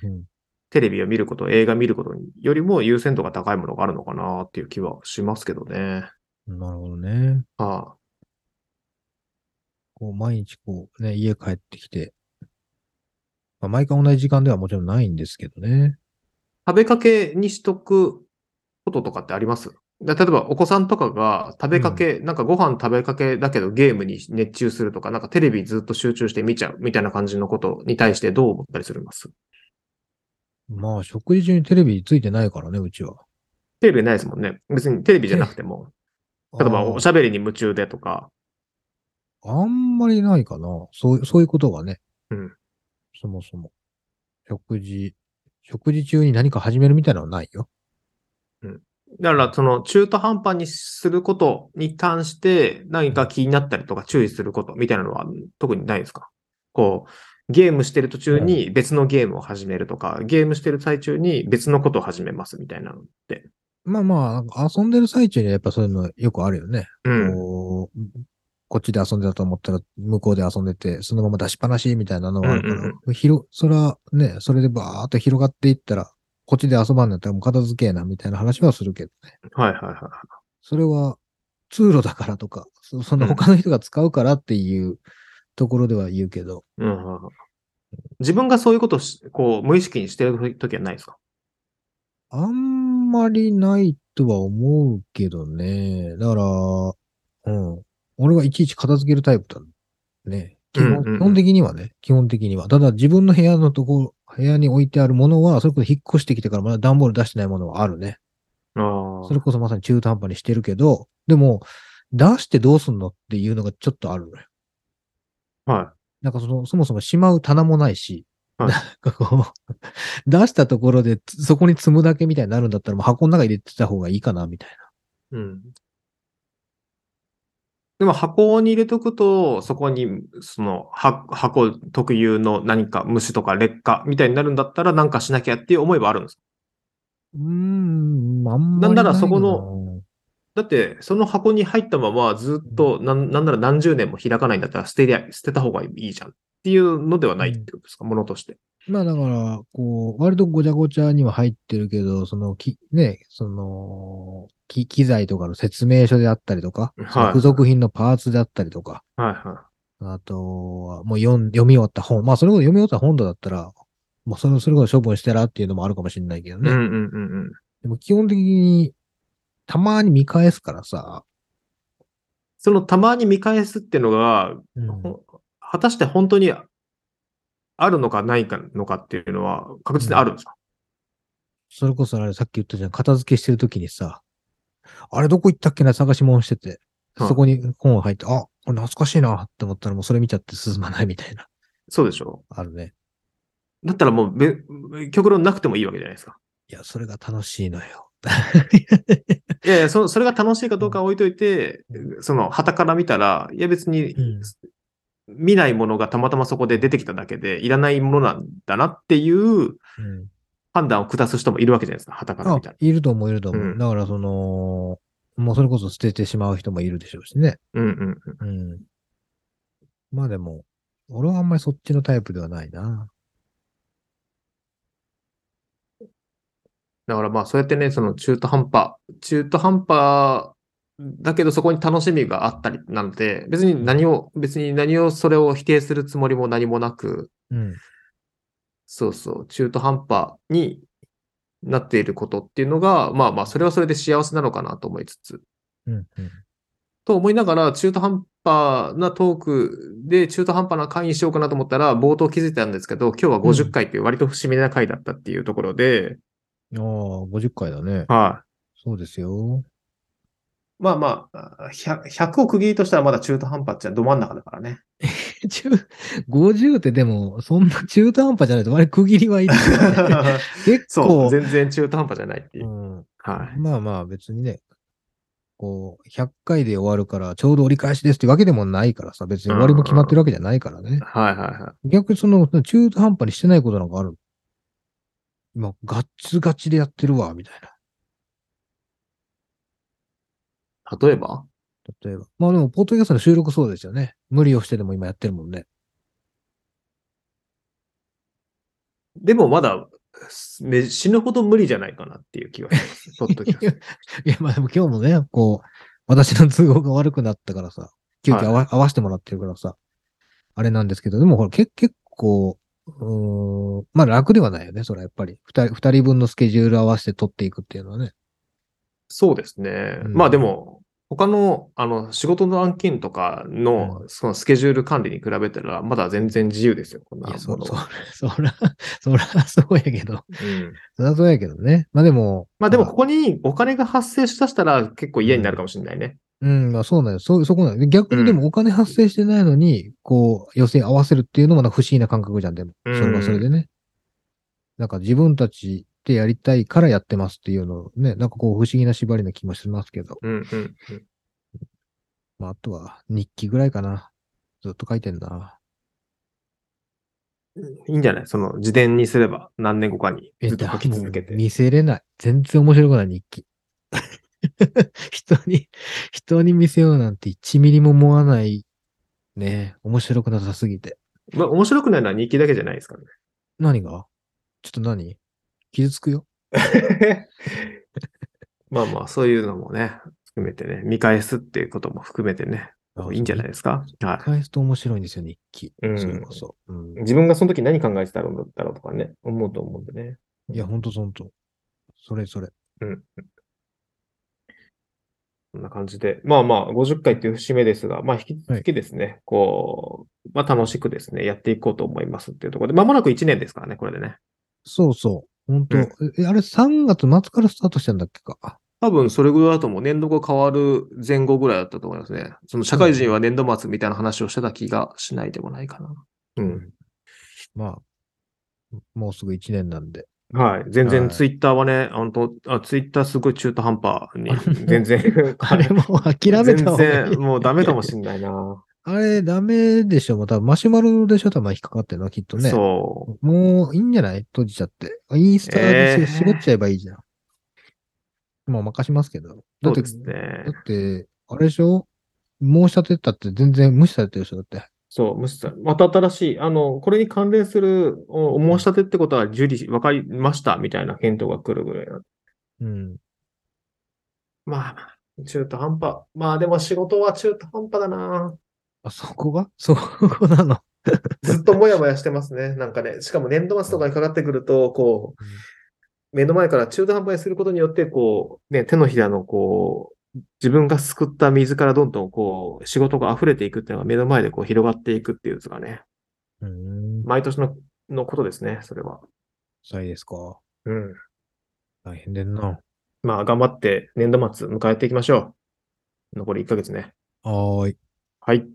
Speaker 3: テレビを見ること、映画見ることよりも優先度が高いものがあるのかなっていう気はしますけどね。
Speaker 2: なるほどね。
Speaker 3: ああ
Speaker 2: こう、毎日こう、ね、家帰ってきて、まあ、毎回同じ時間ではもちろんないんですけどね。
Speaker 3: 食べかけにしとくこととかってありますだ例えばお子さんとかが食べかけ、なんかご飯食べかけだけどゲームに熱中するとか、なんかテレビずっと集中して見ちゃうみたいな感じのことに対してどう思ったりするます
Speaker 2: まあ、食事中にテレビついてないからね、うちは。
Speaker 3: テレビないですもんね。別にテレビじゃなくても、例えばおしゃべりに夢中でとか、
Speaker 2: あーあんまりないかな。そう、そういうことがね。
Speaker 3: うん。
Speaker 2: そもそも。食事、食事中に何か始めるみたいなのはないよ。
Speaker 3: だから、その中途半端にすることに関して何か気になったりとか注意することみたいなのは特にないですかこう、ゲームしてる途中に別のゲームを始めるとか、ゲームしてる最中に別のことを始めますみたいなのって。
Speaker 2: まあまあ、遊んでる最中にはやっぱそういうのよくあるよね。
Speaker 3: うん。
Speaker 2: こうこっちで遊んでたと思ったら、向こうで遊んでて、そのまま出しっぱなしみたいなのはあるから、
Speaker 3: うんうん
Speaker 2: 広、それはね、それでバーっと広がっていったら、こっちで遊ばんだったらもう片付けえなみたいな話はするけどね。
Speaker 3: はいはいはい。
Speaker 2: それは通路だからとか、 そその
Speaker 3: うん
Speaker 2: 他の人が使うからっていうところでは言うけど、
Speaker 3: うん。自分がそういうことをしこう、無意識にしてる時はないですか
Speaker 2: あんまりないとは思うけどね。だから、うん。俺はいちいち片付けるタイプだね。基
Speaker 3: うんう
Speaker 2: 本
Speaker 3: んう
Speaker 2: 基
Speaker 3: ん
Speaker 2: 本的にはね。基本的には。ただ自分の部屋のところ、部屋に置いてあるものは、それこそ引っ越してきてからまだ段ボール出してないものはあるね。
Speaker 3: ああ
Speaker 2: それこそまさに中途半端にしてるけど、でも、出してどうすんのっていうのがちょっとあるのよ。
Speaker 3: は
Speaker 2: なんかその、そもそもしまう棚もないし、
Speaker 3: はい
Speaker 2: なんかこう、 出したところでつそこに積むだけみたいになるんだったら、もう箱の中に入れてた方がいいかな、みたいな。
Speaker 3: い。うん。でも箱に入れとくと、そこに、その、は箱特有の何か虫とか劣化みたいになるんだったら、なんかしなきゃっていう思いはあるんです。
Speaker 2: うーん、あんまりい
Speaker 3: なんならそこの、だって、その箱に入ったままずっと、なんなんなら何十年も開かないんだったら捨てりゃ、捨てた方がいいじゃんっていうのではないってことですか、ものとして。
Speaker 2: まあだから、こう、割とごちゃごちゃには入ってるけど、その、き、ね、その、き機材とかの説明書であったりとか、
Speaker 3: はい
Speaker 2: 付属品のパーツであったりとか、
Speaker 3: はいは
Speaker 2: あとは、もう読ん読み終わった本。まあ、それこそ読み終わった本だったら、もうそれ、それこそ処分してらっていうのもあるかもしれないけど
Speaker 3: い。うん
Speaker 2: ね。
Speaker 3: うんうんうん。
Speaker 2: でも基本的に、たまに見返すからさ、
Speaker 3: そのたまに見返すっていうのが、
Speaker 2: うん
Speaker 3: ほ果たして本当にあるのかないかのかっていうのは確実にあるんですか、
Speaker 2: それこそあれさっき言ったじゃん、片付けしてるときにさ、あれどこ行ったっけな探し物してて、
Speaker 3: はい
Speaker 2: そこに本が入って、あ、これ懐かしいなって思ったらもうそれ見ちゃって進まないみたいな、
Speaker 3: そうでしょ
Speaker 2: あるね。
Speaker 3: だったらもうべ、極論なくてもいいわけじゃないですか。
Speaker 2: いや、それが楽しいのよ。
Speaker 3: いやいや、そそれが楽しいかどうかは置いといて、その、旗から見たら、いや別に
Speaker 2: うん、
Speaker 3: 見ないものがたまたまそこで出てきただけで、いらないものなんだなっていう
Speaker 2: うん
Speaker 3: 判断を下す人もいるわけじゃないですか、旗から
Speaker 2: あ
Speaker 3: 見たら。
Speaker 2: いると思う、いると思う。
Speaker 3: うん
Speaker 2: だから、その、もうそれこそ捨ててしまう人もいるでしょうしね。
Speaker 3: うんうんうん。
Speaker 2: うん。まあでも、俺はあんまりそっちのタイプではないな。
Speaker 3: だからまあ、そうやってね、その中途半端、中途半端だけどそこに楽しみがあったりなので、別に何を、別に何をそれを否定するつもりも何もなく、
Speaker 2: うん。
Speaker 3: そうそう、中途半端になっていることっていうのが、まあまあ、それはそれで幸せなのかなと思いつつ、
Speaker 2: うん、うん。
Speaker 3: と思いながら、中途半端なトークで、中途半端な会にしようかなと思ったら、冒頭気づいたんですけど、今日は50回っていう割と節目な回だったっていうところで、
Speaker 2: ああ、50回だね。
Speaker 3: はい。
Speaker 2: そうですよ。
Speaker 3: まあまあ、100, 100を区切りとしたらまだ中途半端っちゃど真ん中だからね。
Speaker 2: 中50ってでも、そんな中途半端じゃないと、割り区切りはいいですよね 結
Speaker 3: そう、
Speaker 2: 構、
Speaker 3: 全然中途半端じゃないっていうう。
Speaker 2: ん、
Speaker 3: はい。
Speaker 2: まあまあ別にね、こう、100回で終わるから、ちょうど折り返しですってわけでもないからさ、別に終わりも決まってるわけじゃないからね。
Speaker 3: はいはいはい。
Speaker 2: 逆にその、中途半端にしてないことなんかある今、ガッツガチでやってるわ、みたいな。
Speaker 3: 例えば
Speaker 2: 例えば。まあでも、ポッドキャストの収録そうですよね。無理をしてでも今やってるもんね。
Speaker 3: でもまだ、め死ぬほど無理じゃないかなっていう気はし ます。ポッドキャスト。
Speaker 2: いや、まあでも今日もね、こう、私の都合が悪くなったからさ、急遽合わ,、合わせてもらってるからさ、あれなんですけど、でもほら、け結構、うーん、まあ楽ではないよね、それはやっぱり。二人、二人分のスケジュール合わせて取っていくっていうのはね。
Speaker 3: そうですね。
Speaker 2: うん
Speaker 3: まあでも、他の、あの、仕事の案件とかの、そのスケジュール管理に比べたら、まだ全然自由ですよ、こんないも
Speaker 2: や、そ、
Speaker 3: の
Speaker 2: そ
Speaker 3: は。
Speaker 2: ら、そら、そら、 そうやけど。
Speaker 3: うん
Speaker 2: そらそうやけどね。まあでも、
Speaker 3: まあでも、ここにお金が発生しだしたら、結構嫌になるかもしれないね。
Speaker 2: うん、まあそうなんよ。そう、そこなんよ。逆にでもお金発生してないのに、こう、予選合わせるっていうのもなんか不思議な感覚じゃん、でも。そ
Speaker 3: うん
Speaker 2: れはそれでね。なんか自分たちでやりたいからやってますっていうのね、なんかこう不思議な縛りな気もしますけど。
Speaker 3: うんうんうん。
Speaker 2: まああとは日記ぐらいかな。ずっと書いてんな。
Speaker 3: いいんじゃないその自伝にすれば何年後かに
Speaker 2: え
Speaker 3: ずっと書き続け
Speaker 2: だもう
Speaker 3: て。
Speaker 2: 見せれない。全然面白くない日記。 人に、人に見せようなんて1ミリも思わない。ね面白くなさすぎて。
Speaker 3: まあ、面白くないのは日記だけじゃないですから
Speaker 2: 何がちょっと何傷つくよ。
Speaker 3: ね。 まあまあ、そういうのもね、含めてね、見返すっていうことも含めてね、いいんじゃない
Speaker 2: で
Speaker 3: ですか。
Speaker 2: す
Speaker 3: は
Speaker 2: 返すと面白いんですよ、日記。
Speaker 3: うん
Speaker 2: それこそ。うん
Speaker 3: い。自分がその時何考えてたんだったろうとかね、思うと思うんでね。
Speaker 2: いや、ほんとそんと。それそれ。
Speaker 3: こんな感じで。まあまあ、50回っていう節目ですが、まあ引き続きですね、こう、まあ楽しくですね、やっていこうと思いますっていうところで、まもなく1年ですからね、これでね。
Speaker 2: そうそう。ほんと。
Speaker 3: うん
Speaker 2: え、あれ3月末からスタートしたんだっけか。
Speaker 3: 多分それぐらいだともう年度が変わる前後ぐらいだったと思いますね。その社会人は年度末みたいな話をしてた気がしないでもないかな。うん。
Speaker 2: まあ、もうすぐ1年なんで。
Speaker 3: はい。全
Speaker 2: は
Speaker 3: 然
Speaker 2: い
Speaker 3: ツイッターはね、あのとあ、ツイッターすごい中途半端に、全然、
Speaker 2: あれもう諦めた方がい
Speaker 3: 全
Speaker 2: い
Speaker 3: 然、。もうダメかもしんないな。
Speaker 2: あれダメでしょ。もう多分マシュマロでしょ。多分引っかかってるのはきっとね。
Speaker 3: そう。
Speaker 2: もういいんじゃない閉じちゃって。インスタ
Speaker 3: え
Speaker 2: で
Speaker 3: ー
Speaker 2: し絞っちゃえばいいじゃん。まあ任しますけど。だ
Speaker 3: そ
Speaker 2: っ
Speaker 3: う
Speaker 2: て
Speaker 3: で、すね
Speaker 2: だ。って、あれでしょ申し立てたって全然無視されてる人だって。
Speaker 3: そう、無視さまた新しい、あの、これに関連するおお申し立てってことは受理し、わかりました、みたいな検討が来るぐらいな
Speaker 2: うん。
Speaker 3: まあまあ、中途半端。まあでも仕事は中途半端だな。
Speaker 2: あ、そこが そこなの。
Speaker 3: ずっともやもやしてますね。なんかね、しかも年度末とかにかかってくると、こ
Speaker 2: うん
Speaker 3: う、目の前から中途半端にすることによって、こう、ね、手のひらの、こう、自分がすくった水からどんどん、こう、仕事が溢れていくっていうのが目の前でこう広がっていくっていうやつがね、
Speaker 2: うーん。
Speaker 3: 毎年の、のことですね、それは。
Speaker 2: そうですか。
Speaker 3: うん。
Speaker 2: 大変でんな。
Speaker 3: まあ、頑張って年度末迎えていきましょう。残り1ヶ月ね。
Speaker 2: はーい。
Speaker 3: はい。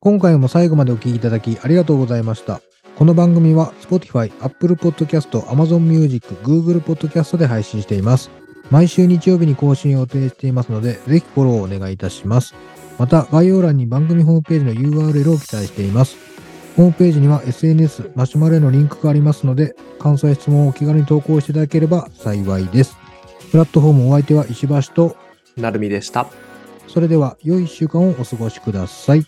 Speaker 2: 今回も最後までお聞きいただきありがとうございました。この番組は Spotify、Apple Podcast、Amazon Music、Google Podcast で配信しています。毎週日曜日に更新を予定していますので、ぜひフォローをお願いいたします。また、概要欄に番組ホームページの URL を記載しています。ホームページには SNS、マシュマロへのリンクがありますので、感想や質問をお気軽に投稿していただければ幸いです。プラットフォームお相手は石橋と、
Speaker 3: なるみでした。
Speaker 2: それでは良い1週間をお過ごしください。